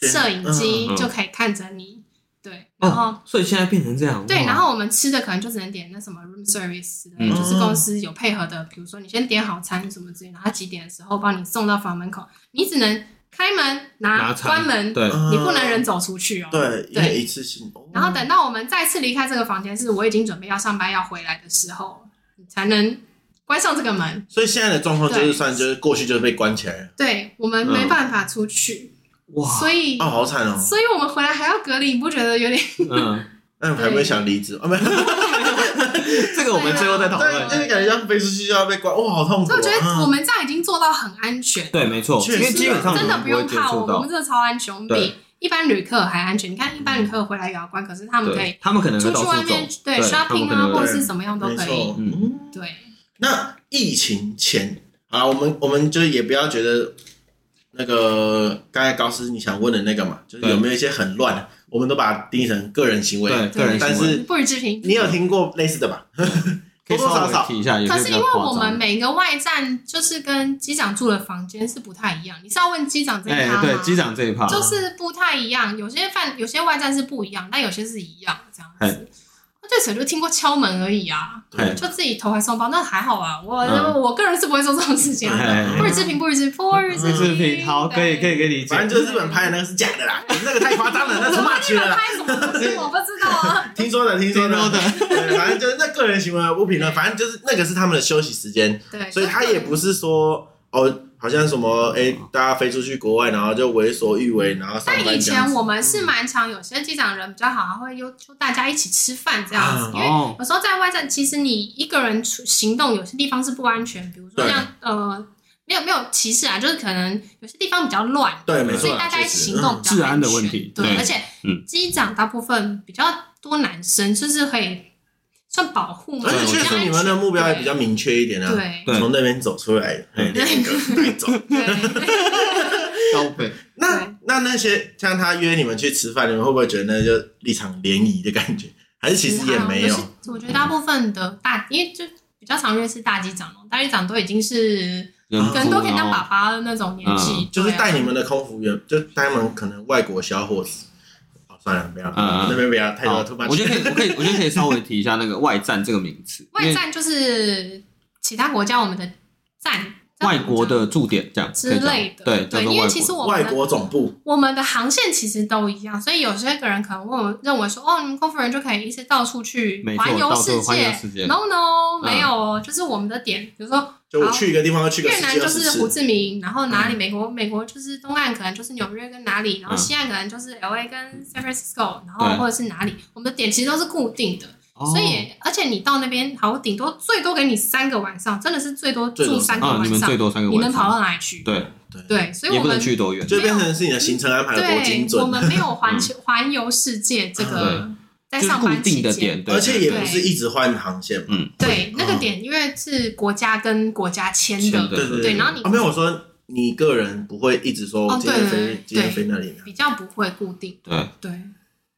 C: 摄影机
A: 嗯嗯嗯
C: 就可以看着你，对，然后。
A: 哦，所以现在变成这样，
C: 对，
A: 哇
C: 然后我们吃的可能就只能点那什么 room service 的，
A: 嗯
C: 就是公司有配合的，比如说你先点好餐什么之类的，然后他几点的时候帮你送到房门口，你只能开门拿
A: 拿餐
C: 关门，
A: 对，
B: 嗯
C: 你不能人走出去哦。
B: 对，因
C: 对
B: 为一次性。哦
A: 嗯
C: 然后等到我们再次离开这个房间，是我已经准备要上班要回来的时候，你才能关上这个门。
B: 所以现在的状况就是
C: 对
B: 算就是过去就是被关起来了，
C: 对我
A: 嗯
C: 们没办法出去，
A: 哇，
C: 所以、
B: 哦，好惨哦。
C: 所以我们回来还要隔离，你不觉得有点？
A: 嗯，
B: 那你哎还会想离职？啊，没有，
A: 这个我们最后再 讨
C: 对
A: 论
C: 啊，
B: 因为感觉像飞出去就要被关，哇，好痛苦
C: 所以
B: 哦。
C: 我觉得我
B: 嗯
C: 们这样已经做到很安全，
A: 对，没错，
B: 确
A: 因
B: 实
A: 为基本上
C: 啊真
A: 你
C: 的
A: 们会
C: 不用
A: 接
C: 怕
A: 触
C: 我，我
A: 到
C: 们，真的超安全，我们比
A: 对
C: 一般旅客还安全。你看，一般旅客回来也要关，可是他们可以
A: 对，他们可能
C: 出
A: 会
C: 去
A: 到
C: 外
A: 处走
C: 面，
A: 对
C: 对
A: 他们
C: shopping
A: 可
C: 啊，
A: 能
C: 或
A: 会
C: 者是什么样都
B: 没
C: 可以
B: 错。。
A: 嗯
B: 嗯，
C: 对，
B: 那疫情前啊，我们我们就也不要觉得那个刚才高斯你想问的那个嘛，就是
A: 对
B: 有没有一些很乱，我们都把它定义成个人行为。
A: 对个人
B: 但
A: 行为，
B: 是
C: 不予置评。
B: 你有听过类似的 吧？
A: 可以
B: 多多
A: 稍
B: 少
A: 微
B: 少
A: 提一下，有
C: 可
A: 些
C: 是
A: 比
C: 因
A: 较
C: 为我
A: 夸
C: 们
A: 张。
C: 每个外站就是跟机长住的房间是不太一样，你是要问机长这一
A: 哎
C: 趴，吗？
A: 对，机长这一趴，
C: 就是不太一样，有些饭有些外站是不一样，但有些是一样的这样
A: 哎
C: 子。我最扯就听过敲门而已啊，
A: 哎
C: 就自己投怀送抱，那还好啊。我、
A: 嗯
C: 我个人是不会做这种事情啊，
A: 哎
C: 不予置评，不予置评，不予置
A: 这
C: 评。
A: 视频好，可以可以可以理解
B: 反。正就是日本拍的那个是假的啦，那个太夸张了，那出
C: 我
B: 骂
C: 日
B: 去了
C: 本
B: 啦。
C: 拍什么东西我不知道 啊。
B: 听说的，听说
A: 听
B: 的，
A: 到的，
B: 对，反正就是那个人行为我不评论，反正就是那个是他们的休息时间，
C: 对，
B: 所以他也不是说哦，好像什么哎、大家飞出去国外，然后就为所欲为，然后上
C: 但以
B: 班这样
C: 前
B: 子。
C: 我们是蛮常，有些机长人比较好，他会要求大家一起吃饭这样子
B: 啊，
C: 因为
A: 哦，
C: 有时候在外站，其实你一个人出行动，有些地方是不安全，比如说
B: 对
C: 像呃，没有没有歧视啊，就是可能有些地方比较乱，
B: 对，没
C: 所
B: 错
C: 以
B: 啦，
C: 大家
B: 确实
C: 行动
B: 嗯
C: 比较
A: 治安的
C: 安全
A: 问题
C: 对，
A: 对
C: 而且
A: 嗯
C: 机长大部分比较多男生，就是可以算保护嘛，
B: 而且
A: 对
B: 确
C: 比较安
B: 实
C: 全
B: 你们的目标也比较明确一点啊，
C: 对
A: 对
B: 从那边走出来，哎，
A: 对
B: 两个带 走。
C: 对，
A: 高飞，
B: 那
C: 对
B: 那那些像他约你们去吃饭，你们会不会觉得那就立场联谊的感觉？还是其实也没有
C: 可？是我觉得大部分的大，因为就比较常认识大机长哦，大机长都已经是
A: 人哦
B: 可
C: 可能都可以
A: 夫
C: 当
A: 然后
C: 爸爸的那种年纪，
B: 就是
C: 对啊
B: 带你们的空服员，就带他们可能外国小伙子。哦，算了，不要，
A: 嗯嗯
B: 那边不要太多
A: 好
B: 突发。
A: 我觉得可以，我可以，我觉得可以稍微提一下那个外站这个名词，因
C: 外
A: 为
C: 站就是其他国家我们的站
A: 外国的驻点这样
C: 之类
A: 可以这样
C: 的，
A: 对，叫做
C: 对，因
A: 外
C: 为其实
A: 国。
C: 我
B: 外
C: 们的
B: 国总部，
C: 我们的航线其实都一样，所以有些个人可能问我认为说，哦，你们空服人就可以一直到处去
A: 没错
C: 环游
A: 到处
C: 世
A: 环游
C: 界
A: 世界
C: n o no，
A: 嗯
C: 没有哦，就是我们的点，比如说
B: 就我去一个地方要去个
C: 越
B: 十
C: 南
B: 几
C: 就
B: 二十
C: 是胡
B: 次。
C: 志明，然后哪里美国美国就是东岸可能就是纽约跟哪里，然后
A: 嗯
C: 西岸可能就是 L A 跟 San Francisco，然后
A: 对
C: 或者是哪里，我们的点其实都是固定的。
A: 哦
C: 所以，而且你到那边，好，顶多最多给你三个晚上，真的是最多
B: 最多
C: 住三个
A: 啊，
C: 晚
A: 你们
C: 上，
A: 最多三个
C: 你
A: 晚
C: 能
A: 上，
C: 跑到哪里去？
A: 对，
C: 对，所以
A: 也
C: 我
A: 不能
C: 们
A: 去多远，
B: 就变成是你的行程安排有多精
C: 对，
B: 准，
C: 我
B: 啊
C: 们没有环球环游世界这个在
A: 就是
C: 上
A: 固
C: 班
A: 定
C: 期
A: 的
C: 间，
A: 点，对，
B: 而且也
A: 对
B: 不是一直换航线嘛。
C: 对
B: 嗯
C: 那个点，因为是国家跟国家签
A: 哦签
C: 的，
A: 的
B: 对对
C: 对然后你
B: 啊没有我说你个人不会一直说我
C: 哦
B: 今天
C: 对对
B: 飞
C: 对
B: 今天飞那里呢，啊
C: 比较不会固定，
A: 对。
C: 对，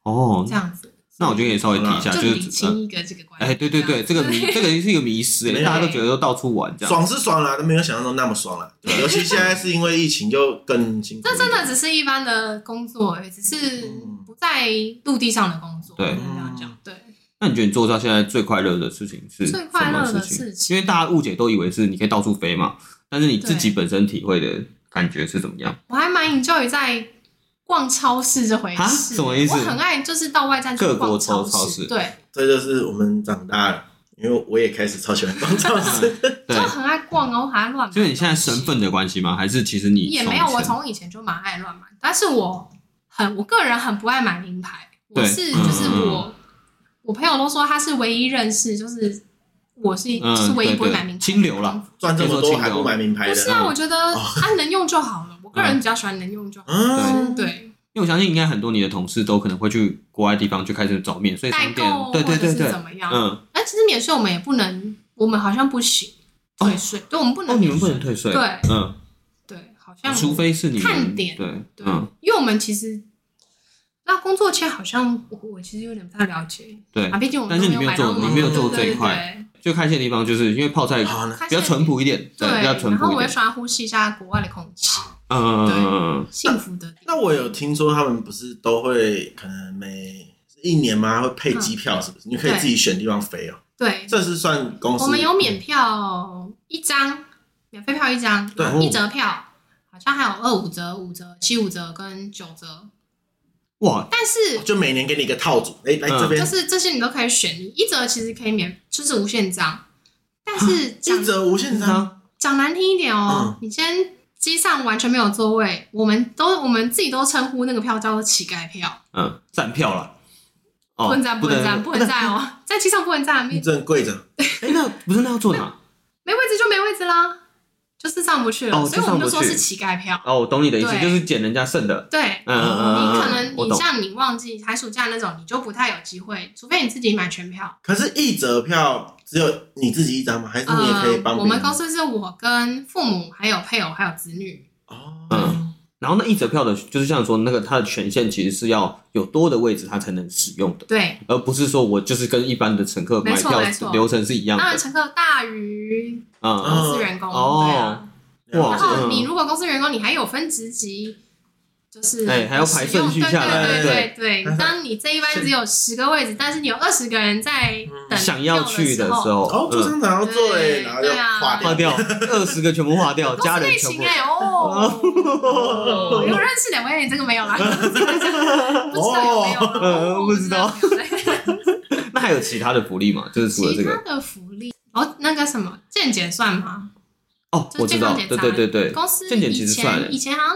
A: 哦
C: 这，样子。
A: 那我就可以稍微提一下，
C: 就
A: 就
C: 理
A: 是呃
C: 清一个这个关系。
A: 哎，对对对，这个迷，这个是一个迷 失，哎，
B: 对
A: 大家都觉得都到处玩这样，
B: 爽是爽啦，都没有想象中那么爽啦。尤其现在是因为疫情就更辛苦一点。
C: 这真的只是一般的工作而已，只是不在陆地上的工作。
A: 嗯对
C: 这样讲，对，
A: 那你觉得你做到现在最快乐的事情是
C: 最快乐的
A: 什么事
C: 事
A: 情？
C: 情
A: 因为大家误解都以为是你可以到处飞嘛，但是你自己本身体会的感觉是怎么样？
C: 我还蛮 enjoy 在逛超市这回
A: 啊
C: 事。
A: 什么意思
C: 我很爱就是到外站去
A: 各国
C: 逛
A: 超
C: 市，
A: 超市
C: 对，
B: 这就是我们长大了，因为我也开始超喜欢逛超 市。
A: 对
C: 就，很爱逛，然后还爱乱买。
A: 就是你现在身份的关系吗？还是其实你
C: 也没有，我
A: 前
C: 从以前就蛮爱乱买，但是我很我个人很不爱买名牌，我
A: 对
C: 是
A: 嗯
C: 就是
A: 嗯
C: 我、我朋友都说他是唯一认识，就是我是、
A: 嗯
C: 就是唯一
A: 对
C: 不会
A: 对
C: 买名牌的
A: 清流啦
B: 赚这么多还不买名牌
C: 不
B: 的，
C: 是啊，我觉得
B: 哦
C: 它能用就好了。我个人比较喜欢能用就好，
B: 嗯，
C: 对，
A: 因为我相信应该很多你的同事都可能会去国外地方就开始找免税
C: 代
A: 商店
C: 购，
A: 对对
C: 或者
A: 对
C: 是
A: 对
C: 怎，么样？
A: 嗯，
C: 但啊其实免税我们也不能，我们好像不行
A: 哦
C: 退税，对，我们不
A: 哦，
C: 能
A: 你
C: 免
A: 们
C: 税，
A: 不能退税，
C: 对
A: 嗯，
C: 对，好像
A: 除非是你们
C: 看点
A: 对，
C: 对
A: 嗯，，
C: 因为我们其实那工作签好像我我其实有点不太了解
A: 对
C: 啊，，毕竟我们
A: 但是
C: 都
A: 你没有
C: 买到
A: 做
C: 嘛
A: 你没有
C: 对
A: 做
C: 对
A: 这一
C: 对
A: 块最开心的地方就是因为泡菜
B: 好呢，
C: 对
A: 比较淳朴一点，
C: 对，
A: 比较淳
C: 然后
A: 朴一
C: 我也
A: 点，
C: 喜欢呼吸一下国外的空气，
A: 嗯嗯嗯嗯
C: 幸福的地方。
B: 那我有听说他们不是都会可能每一年吗？会配机票是不是？你可以自己选地方飞哦，
C: 嗯对，
B: 这是算公司
C: 我们有免票一张，免费票一张，
B: 对
A: 哦
C: 一折票好像还有二五折、五折、七五折跟九折，
A: 嗯，哇，
C: 但是
B: 就每年给你一个套组，哎，来
A: 嗯
B: 这边
C: 就是这些你都可以选，你一折其实可以免，就是无限张，但是嗯讲
B: 一折无限张，
C: 讲难听一点哦，你先。机上完全没有座位，我们都我们自己都称呼那个票叫做乞丐票，
A: 嗯，站票了，哦，
C: 不能站，不能站，
A: 站，
C: 不能站哦，在机上不能站，
B: 你
C: 没
B: 只能跪着，
A: 哎，那不是那要啊坐哪？
C: 没位置就没位置啦，就是上不去了，
A: 哦
C: 所以
A: 就
C: 我
A: 上不
C: 们就说是
A: 去
C: 乞丐票。
A: 哦，我懂你的意思，
C: 对
A: 就是捡人家剩的，
C: 对，
A: 嗯嗯嗯，
C: 你
A: 嗯
C: 可能
A: 我
C: 你
A: 懂，
C: 像你忘记寒暑假那种，你就不太有机会，除非你自己买全票。
B: 可是一折票只有你自己一张吗？还是你也可以帮
C: 呃我
B: 别
C: 们
B: 人？
C: 公司是我跟父母、还有配偶、还有子女。
B: 哦，
A: 嗯然后那一折票的，就是像说那个它的权限其实是要有多的位置它才能使用的，
C: 对，
A: 而不是说我就是跟一般的乘客买
C: 没错
A: 票
C: 没错
A: 流程是一样
C: 当然
A: 的，
C: 啊乘客大于
A: 嗯，
C: 公司员工。
A: 哦
C: 对啊。
A: 哇
C: 然后
A: 嗯
C: 你如果公司员工，你还有分职级。就是
A: 哎还要排顺序下来
C: 对对对
B: 对
C: 对。当你这一班只有十个位置，但是你有二十个人在等
A: 想要去
C: 的
A: 的时，候，
B: 哦，就
A: 嗯
B: 商场要做哎，
C: 对
B: 然后就
C: 对啊
B: 划
A: 划 掉二十个全部划掉，
C: 公司
A: 家
C: 类
A: 人全
C: 型
A: 部。
C: 哎 哦，有认识两位，这个没有啦，不知道有没有啦，
A: 哦
C: 哦
A: 不知道
C: 有没有对
A: 那还有其他的福利吗？就是除了这
C: 其他
A: 个，
C: 的福利哦，那个什么健检算吗？
A: 哦，
C: 就
A: 我知道，
C: 健康检
A: 对
C: 查
A: 对对对
C: 公司
A: 健检
C: 以
A: 其实算了
C: 前以前好像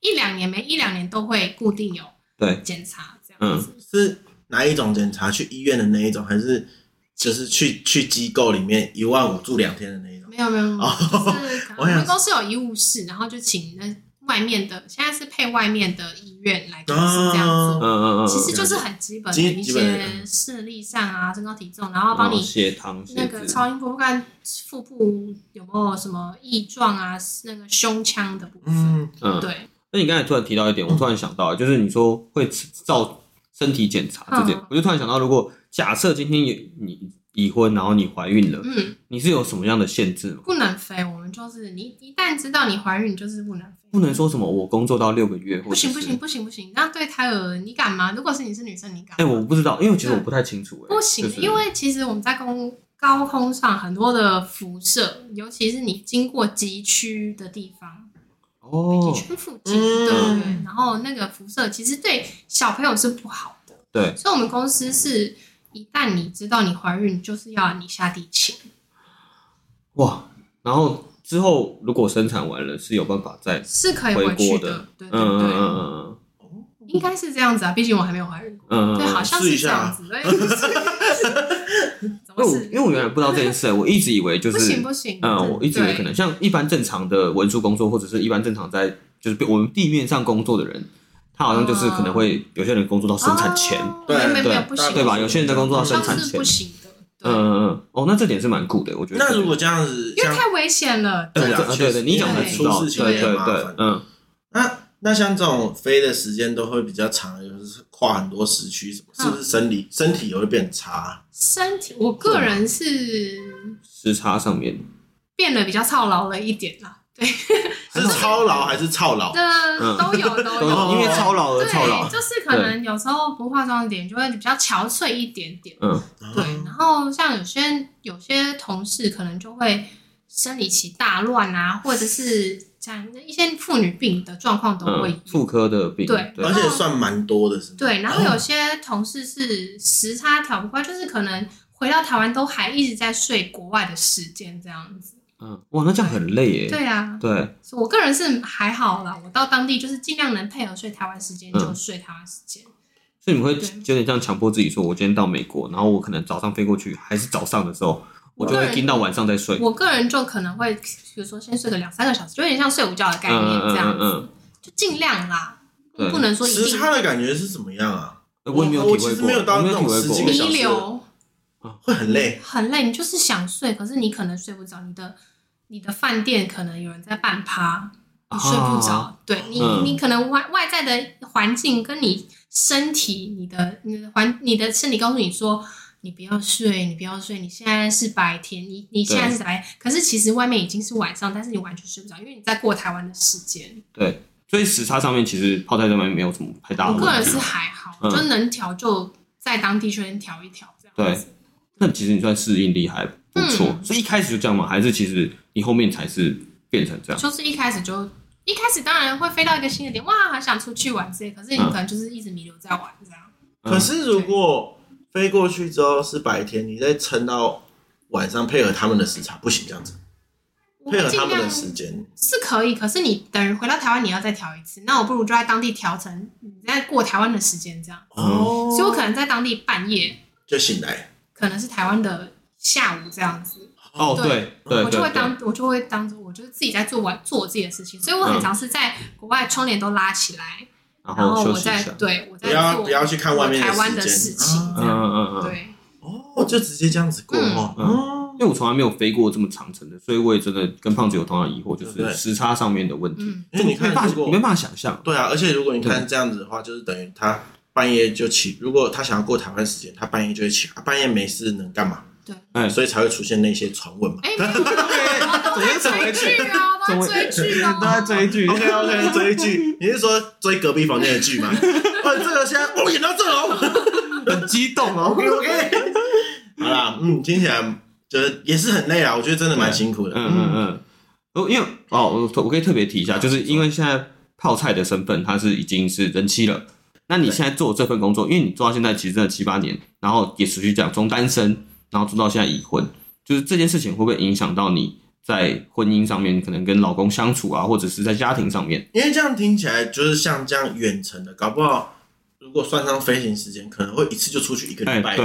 C: 一两年每一两年都会固定有
A: 对，
C: 检查这样
A: 嗯
C: 子，
B: 是哪一种检查？去医院的那一种，还是就是去去机构里面一万五住两天的那一种？
C: 没有没有，没有
B: 哦
C: 就是可能
B: 我
C: 我们
B: 想
C: 公司有医务室，然后就请那外面的，现在是配外面的医院来公司这样子
B: 哦
A: 嗯。嗯嗯，
C: 其实就是很基本的
B: 基
C: 一
B: 基本
C: 些
B: 的
C: 视力上啊、身高体重，然后帮
A: 哦
C: 你
A: 血糖、血
C: 那个
A: 脂
C: 超音波看腹部有没有什么异状啊，那个胸腔的部分。
B: 嗯，
A: 嗯，
C: 对，
A: 那你刚才突然提到一点，我突然想到，就是你说会照身体检查这点
C: 嗯，
A: 我就突然想到，如果假设今天你你已婚，然后你怀孕了，
C: 嗯，
A: 你是有什么样的限制吗？
C: 不能飞，我们就是你一旦知道你怀孕，就是不能飞。
A: 不能说什么我工作到六个月，或
C: 不
A: 者是
C: 行不行。不行不行，那对胎儿你敢吗？如果是你是女生，你敢
A: 哎，
C: 吗？
A: 我不知道，因为其实我不太清楚。哎
C: 嗯不行，
A: 就是
C: 因为其实我们在空高空上很多的辐射，尤其是你经过极区的地方，北
A: 哦
C: 极，圈附近，
B: 嗯
C: 对对对。然后那个辐射其实对小朋友是不好的，
A: 对，
C: 所以我们公司是一旦你知道你怀孕，就是要你下地勤。
A: 哇，然后之后如果生产完了是有办法再，
C: 是可以回去
A: 回国的
C: 对
A: 嗯
C: 对
A: 嗯
C: 对，
A: 嗯嗯
C: 应该是这样子啊，毕竟我还没有怀孕过，
A: 嗯嗯
C: 对，
A: 嗯
C: 好像
B: 试
C: 是
B: 一
C: 这
B: 下
C: 样子，对，怎
A: 因为
C: 么
A: 我
C: 是
A: 因为我原来不知道这件事，欸我一直以为就
C: 不
A: 是
C: 行不行，
A: 嗯，我一直以为
C: 对
A: 可能像一般正常的文书工作，或者是一般正常在就是我们地面上工作的人，他好像就是可能会有些人工作到生产前，
C: 哦
B: 对
C: 没有没有没有
A: 对
C: 不行，
A: 对吧有些人在工作到
C: 好
A: 生产
C: 像
A: 前
C: 是不行的，
A: 嗯嗯
C: 对，
A: 嗯，哦，那这点是蛮酷的，我觉得。
B: 那如果这样子，
C: 因为
B: 像
C: 太危险了，
A: 对
B: 对
A: 对
B: 啊
A: 对
B: 确
A: 对
B: 实
A: 对，你讲才知道，
B: 出事情
A: 对
B: 也
A: 对
B: 麻
A: 对
B: 烦，
A: 嗯，
B: 那那像这种飞的时间都会比较长，就是跨很多时区什么，是不是
C: 嗯
B: 生理身体也会变差？
C: 身体，我个人是
A: 时差上面
C: 变得比较操劳了一点啦。对，
B: 是操劳还是操劳？
C: 这
A: 嗯
C: 都有都
A: 都
C: 有，
A: 有因为操劳而
C: 对
A: 操劳，
C: 就是可能有时候不化妆的脸就会比较憔悴一点点。
A: 嗯，
C: 对，然后像有些有些同事可能就会生理期大乱啊，或者是像一些妇女病的状况都会
A: 嗯，妇
C: 有。
A: 科的病，
C: 对
B: 而且算蛮多的，是吗？
C: 对，然后有些同事是时差调不过来，就是可能回到台湾都还一直在睡国外的时间这样子。
A: 嗯，哇，那这样很累耶。
C: 对啊，
A: 对，
C: 所以我个人是还好啦，我到当地就是尽量能配合睡台湾时间
A: 嗯
C: 就睡台湾时间。
A: 所以你们会
C: 对
A: 有点这样强迫自己说，我今天到美国，然后我可能早上飞过去，还是早上的时候，我就
C: 个
A: 会
C: 人
A: 盯到晚上再睡。
C: 我个人就可能会，比如说先睡个两三个小时，就有点像睡午觉的概念这样
A: 嗯嗯
C: 子，
A: 嗯
C: 就尽量啦，
A: 对
C: 不能说一
B: 时
C: 定
B: 差的感觉是怎么样啊？
A: 嗯，我也没有
B: 我
A: 体
B: 我
A: 会
B: 其实
A: 过，
B: 没有到
A: 我没有
B: 那
A: 体
B: 种
A: 会
B: 实
A: 过
B: 际。个小
C: 弥
B: 时
C: 留。
B: 会很累，
C: 很累，你就是想睡，可是你可能睡不着，你的你的饭店可能有人在半趴，你睡不着，
A: 啊
C: 对你、
A: 嗯
C: 你可能外外在的环境跟你身体、你的你的环、你的身体告诉你说。你不要睡，你不要睡，你现在是白天，你你现在是白天，可是其实外面已经是晚上，但是你完全睡不着，因为你在过台湾的时间。
A: 对，所以时差上面其实泡菜上面没有什么太大的
C: 我个
A: 问
C: 人
A: 题
C: 是。还好，
A: 嗯
C: 就能调就在当地先调一调这样子。
A: 那其实你算适应力还不错，
C: 嗯
A: 所以一开始就这样吗？还是其实你后面才是变成这样？
C: 就是一开始就一开始当然会飞到一个新的点，哇，好想出去玩之类，可是你
A: 嗯
C: 可能就是一直弥留在玩这样。
B: 可是如果飞过去之后是白天，你再撑到晚上配合他们的时差，不行这样子，
C: 我
B: 配合
C: 会
B: 他
C: 尽
B: 们
C: 量
B: 的时间。
C: 是可以，可是你等于回到台湾，你要再调一次，那我不如就在当地调成你在过台湾的时间这样，
B: 哦，
C: 所以我可能在当地半夜，
B: 就醒来。
C: 可能是台湾的下午这样子，
A: 哦，
C: 对
A: 对对
C: 我就
A: 对
C: 会
A: 对，
C: 当我就会当做我就是自己在做完做我自己的事情，所以我很
A: 嗯
C: 常是在国外窗帘都拉起来，
A: 然
C: 然后
A: 休
C: 我
A: 息一
C: 在
A: 下。
C: 对我在
B: 不要
C: 做
B: 不要去看外面
C: 我台湾的
B: 时
C: 事
B: 间
C: 情
B: 啊
A: 嗯嗯嗯。
C: 对。
B: 哦，就直接这样子过
C: 嗯
B: 哦。
A: 嗯
B: 哦
A: 因为我从来没有飞过这么长程的，所以我也真的跟胖子有同样的疑惑，就
B: 对
A: 是时差上面的问题。
C: 嗯，
B: 因为你
A: 没
B: 看，
A: 办法，
B: 如
A: 你
B: 果
A: 没办法想 象。
B: 对啊，而且如果你看
A: 对
B: 这样子的话，就是等于他半夜就起，如果他想要过台湾时间，他半夜就会起来，啊半夜没事能干嘛？
C: 对，
A: 哎
B: 所以才会出现那些传闻嘛。
C: 哎，没有，我都在追剧啊，我都在追 剧啊，
A: 剧
B: OK OK，追剧，你是说追隔壁房间的剧吗？ 哦，这个现在哦演到这了哦
A: 很激动哦。
B: ，OK OK。好啦，嗯，听起来就是也是很累啊，我觉得真的蛮辛苦的。
A: 嗯嗯
B: 嗯，
A: 嗯。哦，因为哦，我我可以特别提一下，就是因为现在泡菜的身份，它是已经是人妻了。那你现在做这份工作，因为你做到现在其实真的七八年，然后也持续讲从单身，然后做到现在已婚，就是这件事情会不会影响到你在婚姻上面，可能跟老公相处啊，或者是在家庭上 面？
B: 因为这样听起来就是像这样远程的，搞不好如果算上飞行时间，可能会一次就出去一个
A: 哎，
B: 礼拜。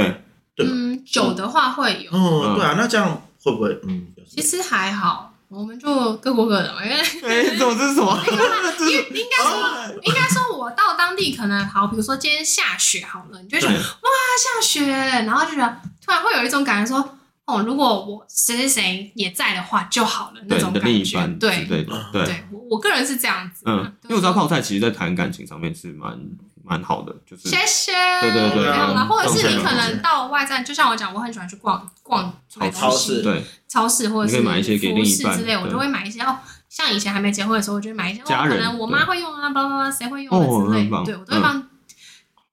A: 对，
C: 嗯，久的话会有，
B: 嗯，对啊，那这样会不会嗯？有时
C: 其实还好，我们就各过各的 嘛，因为
A: 哎，这这是什 么？
C: 因为应该
A: 哦
C: 说，应该说我到当地可能好，比如说今天下雪好了，你就觉得
A: 对
C: 哇下雪，然后就觉得突然会有一种感觉说。哦，如果我谁谁谁也在的话就好了，那
A: 对
C: 种
A: 你的
C: 感
A: 另一
C: 觉
A: 半。之
C: 对，
A: 类的，对。
C: 对我我个人是这样子。啊
A: 嗯，因为我知道泡菜其实，在谈感情上面是蛮蛮好的，就是
C: 谢谢。
A: 对对
B: 对
C: 没有啦，
A: 嗯
C: 或者是你
A: 动起来
C: 可能到外站，就像我讲，我很喜欢去逛逛买东
B: 超
C: 西
B: 市，
A: 对
C: 超市或者
A: 你
C: 是
A: 可以买一些给另
C: 服
A: 一
C: 饰
A: 半
C: 之类，我
A: 对
C: 就会买一些哦。像以前还没结婚的时候，我就会买一些，哦，
A: 家
C: 可
A: 人
C: 能我妈会用啊，巴拉巴拉，谁会
A: 哦
C: 用啊之类
A: 很棒
C: 的，对我都会帮。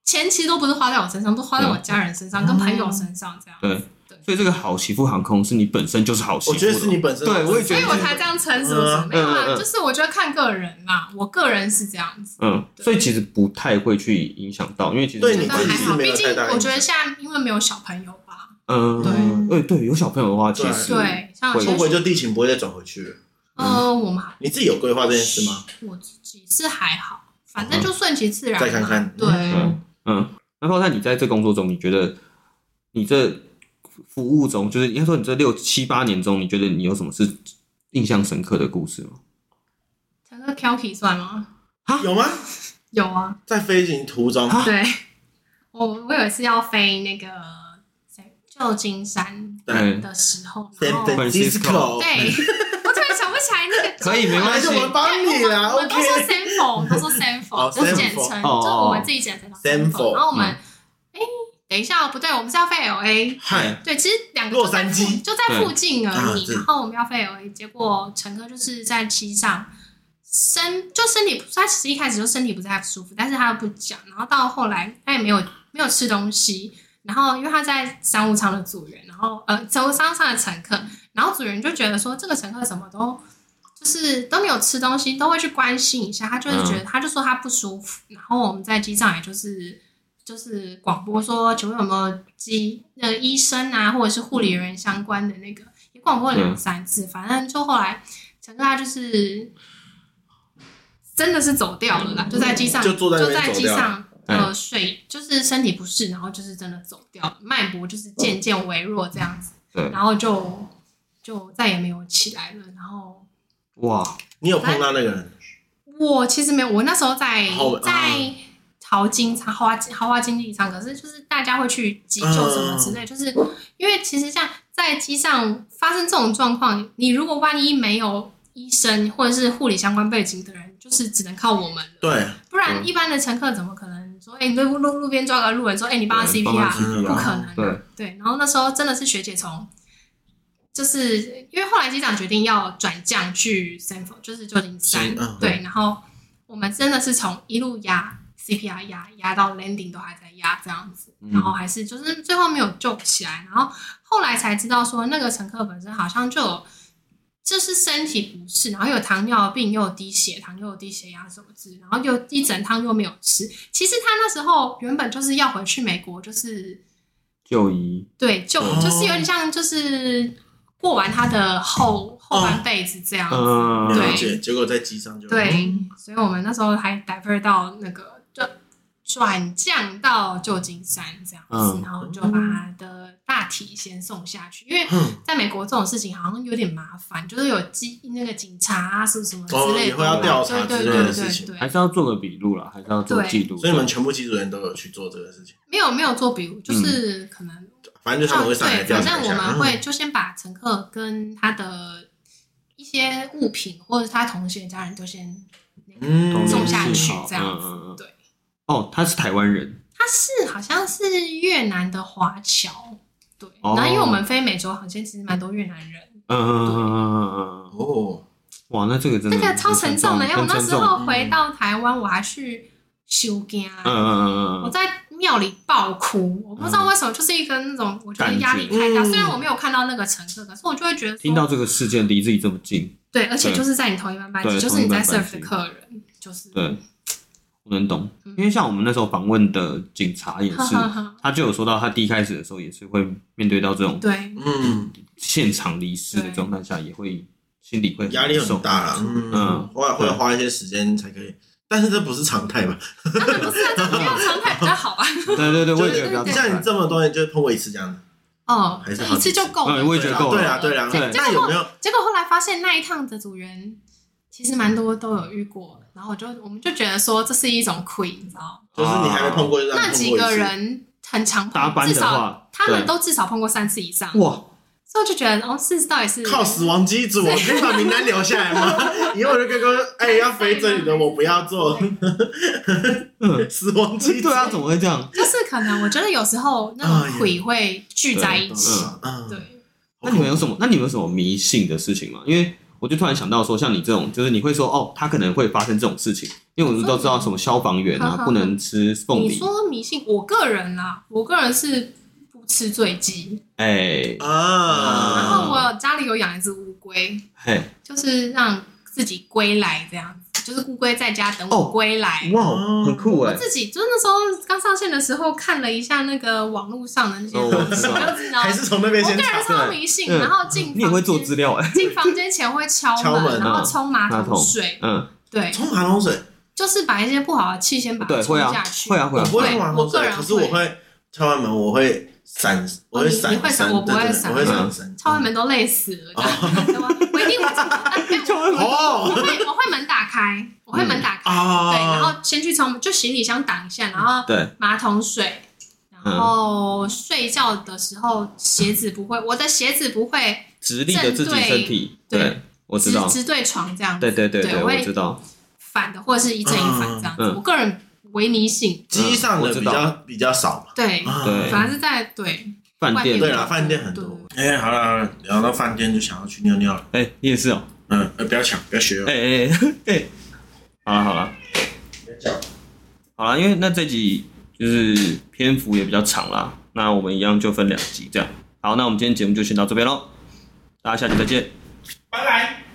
C: 钱其实都不是花在我身上，都花在我家人身上、跟朋友身上这样。
A: 嗯对，所以这个好媳妇航空是你本身就是好媳
B: 我
A: 妇的，
B: 觉得是你本身，
A: 对我也觉
C: 所
A: 得
C: 以我才这样撑，是不是？
B: 嗯
C: 没有
A: 嗯嗯
C: 啊，
A: 嗯
C: 就是我觉得看个人啦，我个人是这样子。
A: 嗯，
C: 对
A: 所以其实不太会去影响到，因为其实
B: 对
C: 觉
B: 你
C: 得
B: 自己
C: 还
B: 是
C: 好，
B: 没有
C: 毕竟
B: 太大影响
C: 我觉得现在因为没有小朋友吧，
A: 嗯，
B: 对
A: 哎对，有小朋友的话，其实
C: 对，像有
A: 会
B: 会
C: 些
B: 不会就地勤不会再转回去了？
C: 呃，我们还
B: 你自己有规划这件事吗？
C: 我自己是还好，反正就顺其自然嘛。
B: 再看看
C: 对，
A: 嗯嗯，那包括你在这工作中，你觉得你这服务中，就是应该说你这六七八年中，你觉得你有什么是印象深刻的故事吗？
C: 整个 Kelky 算吗？
B: 有吗？
C: 有啊，
B: 在飞行途中，
A: 啊
C: 对，我我有一次要飞那个谁旧金山
A: 嗯对，
C: 的时候，
B: San
C: 然后
B: Francisco，
C: 对，我突然想不起来那个。
A: 可以没关
B: 还
A: 系
B: 是我们帮你啦
C: 哎我们都
B: ，OK。
C: 说 sample，我们都说
B: 哦
C: sample，都是简称，
B: sample
A: 哦
C: 就是我们自己简称
B: sample，
C: 然后我们，哎，等一下，不对，我们是要飞 LA，
B: 嗨，
C: 对，其实两个
B: 洛
C: 就在
B: 杉
C: 附
B: 矶
C: 就在附近而
B: 啊
C: 已。
B: 是
C: 然后我们要飞而已，结果乘客就是在机上身就身体不，他其实一开始就身体不太舒服，但是他又不讲，然后到后来他也没有没有吃东西。然后，因为他在商务舱的组员，然后呃，商务舱上的乘客，然后组员就觉得说这个乘客怎么都就是都没有吃东
B: 嗯
C: 西，都会去关心一下。他就是觉得，他就说他不舒服。然后我们在机上也就是就是广播说，请问有没有机那个医生啊，或者是护理人员相关的那个，也广播了两三次，反正就后来陈哥他就是真的是走掉了啦，就在机上，
B: 就坐在那边
C: 在
B: 走
C: 机
B: 掉了
C: 上。呃，睡就是身体不适，然后就是真的走掉了，脉搏就是渐渐微弱这样子，
A: 对，
C: 然后就就再也没有起来了。然后
A: 哇，
B: 你有碰到那个人？
C: 我其实没有，我那时候在
B: 好
A: 嗯
B: 啊
C: 在淘金仓、豪华豪华经济舱，可是就是大家会去急救什么之类，
A: 嗯
C: 就是因为其实像在机上发生这种状况，你如果万一没有医生或者是护理相关背景的人，就是只能靠我们了，
B: 对，
C: 不然
A: 嗯
C: 一般的乘客怎么可能说，哎、你路路路边抓个路人说，哎、你帮他
A: 对帮他
C: CPR，
A: CPR
C: 不可能，
A: 对，
C: 对，然后那时候真的是学姐从，就是因为后来机长决定要转降去 Sanford，就是旧金山
B: 是嗯，
C: 对，然后我们真的是从一路压 CPR 压压到 landing 都还在压这样子，
A: 嗯
C: 然后还是就是最后没有救起来，然后后来才知道说那个乘客本身好像就有。就是身体不适，然后有糖尿病，又有低血糖，又有低血压什么之类，然后又一整趟又没有吃。其实他那时候原本就是要回去美国，就是
A: 就医，
C: 对，就
B: 哦
C: 就是有点像就是过完他的后后半辈子这样子。
A: 嗯，
B: 了
C: 对
B: 解。结果在机上就
C: 对，所以我们那时候还 diver 到那个转转降到旧金山这样子，
A: 嗯
C: 然后就把他的大体先送下去，因为。
B: 嗯，
C: 在美国这种事情好像有点麻烦，就是有机那个警察啊，什么什么之
B: 哦
C: 类
B: 也
C: 的，
B: 会要调查
C: 对
B: 之
C: 对
B: 类
C: 对
B: 的
C: 对
B: 事情
C: 对
A: 还
C: 对，
A: 是要做个笔录啦，还是要做
C: 对
A: 记录，
B: 所以你们全部机组人都有去做这个事情，
C: 没有没有做笔录，
B: 嗯
C: 就是可能
B: 反正就他们会上来
C: 啊哦对，
B: 调
C: 反
B: 查
C: 正
B: 一
C: 我
B: 下。
C: 们
A: 嗯
C: 会就先把乘客跟他的一些物品或者他同学家人都先
B: 嗯，
C: 送下去
A: 嗯，
C: 这样子。
A: 嗯嗯嗯
C: 对，
A: 哦，他是台湾人，
C: 他是好像是越南的华侨，对。
A: 哦
C: 然后因为我们飞美洲航线，其实蛮多越南人，
A: 嗯嗯嗯嗯嗯嗯嗯，
B: 哦，
A: 哇，那这个真的
C: 这个超
A: 嗯很
C: 沉重的。因为我
A: 很
C: 那
A: 沉
C: 时
A: 重
C: 候回到台湾，我还去修家。
A: 嗯嗯嗯
C: 我
A: 嗯
C: 在庙里爆哭，我不知道为什么，就是一个那种我觉得压力
A: 感
C: 太大。
B: 嗯
C: 虽然我没有看到那个乘客，可是我就会觉得
A: 嗯，听
C: 说
A: 到这个事件离自己这么近，
C: 对，而且
A: 对
C: 就是在你同一班班级，
A: 对
C: 就是你在
A: 同一班
C: serve
A: 班级
C: 的客人，就是
A: 对，我能懂，
C: 嗯
A: 因为像我们那时候访问的警察也
C: 哈
A: 是，
C: 哈哈，
A: 他就有说到，他第一开始的时候也是会面对到这 种
C: 对
B: 嗯，
A: 现场离世的状态下，也会心里会
B: 压力
A: 受
B: 很大啦。嗯
A: 嗯，
B: 我也会
A: 对
B: 花一些时间才可以，但是这不是常态吧？
C: 当然不是啊，这不要常态比较好啊吧？
A: 对对对，我也觉得
B: 就是
A: 比较
C: 对
A: 惨
B: 像你这么多年就碰过一次这样的，
C: 哦，
B: 还是好
C: 一次就够了。
A: 嗯我也觉得够了
B: 对啊，对啊，对啊
A: 对。
B: 那有没有？
C: 结果后来发现那一趟的组员其实蛮多都有遇过，然后我就我们就觉得说这是一种 queen，你知道吗？
B: 就是你还没碰过，就让
C: 啊那
B: 你碰
C: 几
B: 过一
C: 个
B: 次。
C: 人很常
A: 搭
C: 碰，
A: 班
C: 至
A: 的
C: 少
A: 话，
C: 他们
A: 对
C: 都至少碰过三次以上，
A: 哇，
C: 所以我就觉得哦，是到底是
B: 靠死亡机组，可以把名单留下来 吗？以后我就跟哥说，哎，要飞这里的我不要做
A: 嗯，
B: 死亡机组
A: 对。啊，怎么会这样？
C: 就是可能我觉得有时候那种 queen 会聚在一起，
A: 啊嗯
B: 嗯，
C: 对。
A: 那你们有什么？那你们有什么迷信的事情吗？因为我就突然想到说，像你这种，就是你会说哦，他可能会发生这种事情，因为我们都知道什么消防员
C: 好好
A: 啊
C: 好
A: 不能吃凤
C: 你
A: 梨，
C: 说迷信，我个人啦，我个人是不吃醉鸡，
A: 哎
B: 啊，
C: 然后我家里有养一只乌龟，
A: 嘿，
C: 就是让自己归来这样子，就是乌龟在家等
A: 哦
C: 我归来。
A: 哇，很酷哎，
C: 自己就是那时候刚上线的时候，看了一下那个网络上的那些
A: 哦
C: 东西，
A: 我知道
C: 就知道
B: 还是从那边
C: 我
B: 先
C: 个
B: 查
C: 人。超迷信，
A: 对嗯
C: 然后进
A: 你也会做
C: 房
A: 资
C: 间
A: 料哎，
C: 进房间前会敲门，
B: 敲门
C: 然
A: 嗯
C: 后冲马
A: 马桶
C: 水，
A: 嗯，
C: 对，
B: 冲马桶水，
C: 就是把一些不好的气先把它
A: 对，
C: 冲
A: 会啊
C: 下，去。
A: 会啊，会
B: 我
A: 啊，
B: 不会
A: 会
B: 冲
A: 啊
B: 马桶水，
C: 我个人
B: 可是我
C: 会哦
B: 会敲完门，我会闪，我会
C: 你
B: 闪
C: 你会闪
B: 身，
C: 我不
B: 对对
C: 会
B: 对
C: 闪
B: 我会闪
A: 嗯
B: 身。
C: 敲完门都累死
A: 哦
C: 了，这样我一定会进去哎没 有
A: 敲完门
C: 我
B: 哦
C: 会我会门打开，我会门打开，
A: 嗯
B: 啊，
C: 对，然后先去冲，就行李箱挡一下，然后
A: 对，
C: 马桶水，然
A: 嗯
C: 后睡觉的时候鞋子不会，我的鞋子不会
A: 直立的自己身体，
C: 对
A: 对，我知
C: 直
A: 道，
C: 直对床这样，
A: 对对对
C: 对我
A: 我
C: 会
A: 知道，
C: 反的或者是一正一反这样子
A: 嗯。嗯
C: 我个人唯迷信，
B: 机
A: 嗯
B: 上
A: 我
B: 的
A: 知
B: 比
A: 道
B: 较比较少嘛。
C: 对，
B: 啊
A: 对
C: 反而是在对
A: 饭店
B: 对啦，饭店很多。哎，好了，聊到饭店就想要去尿尿了。
A: 哎，你也是哦，
B: 嗯，呃不要抢，不要学哦。
A: 哎哎哎哎，好了好了
B: 不要抢
A: 好了，因为那这集就是篇幅也比较长啦，那我们一样就分两集这样。好，那我们今天节目就先到这边喽，大家下期再见。
B: 拜拜。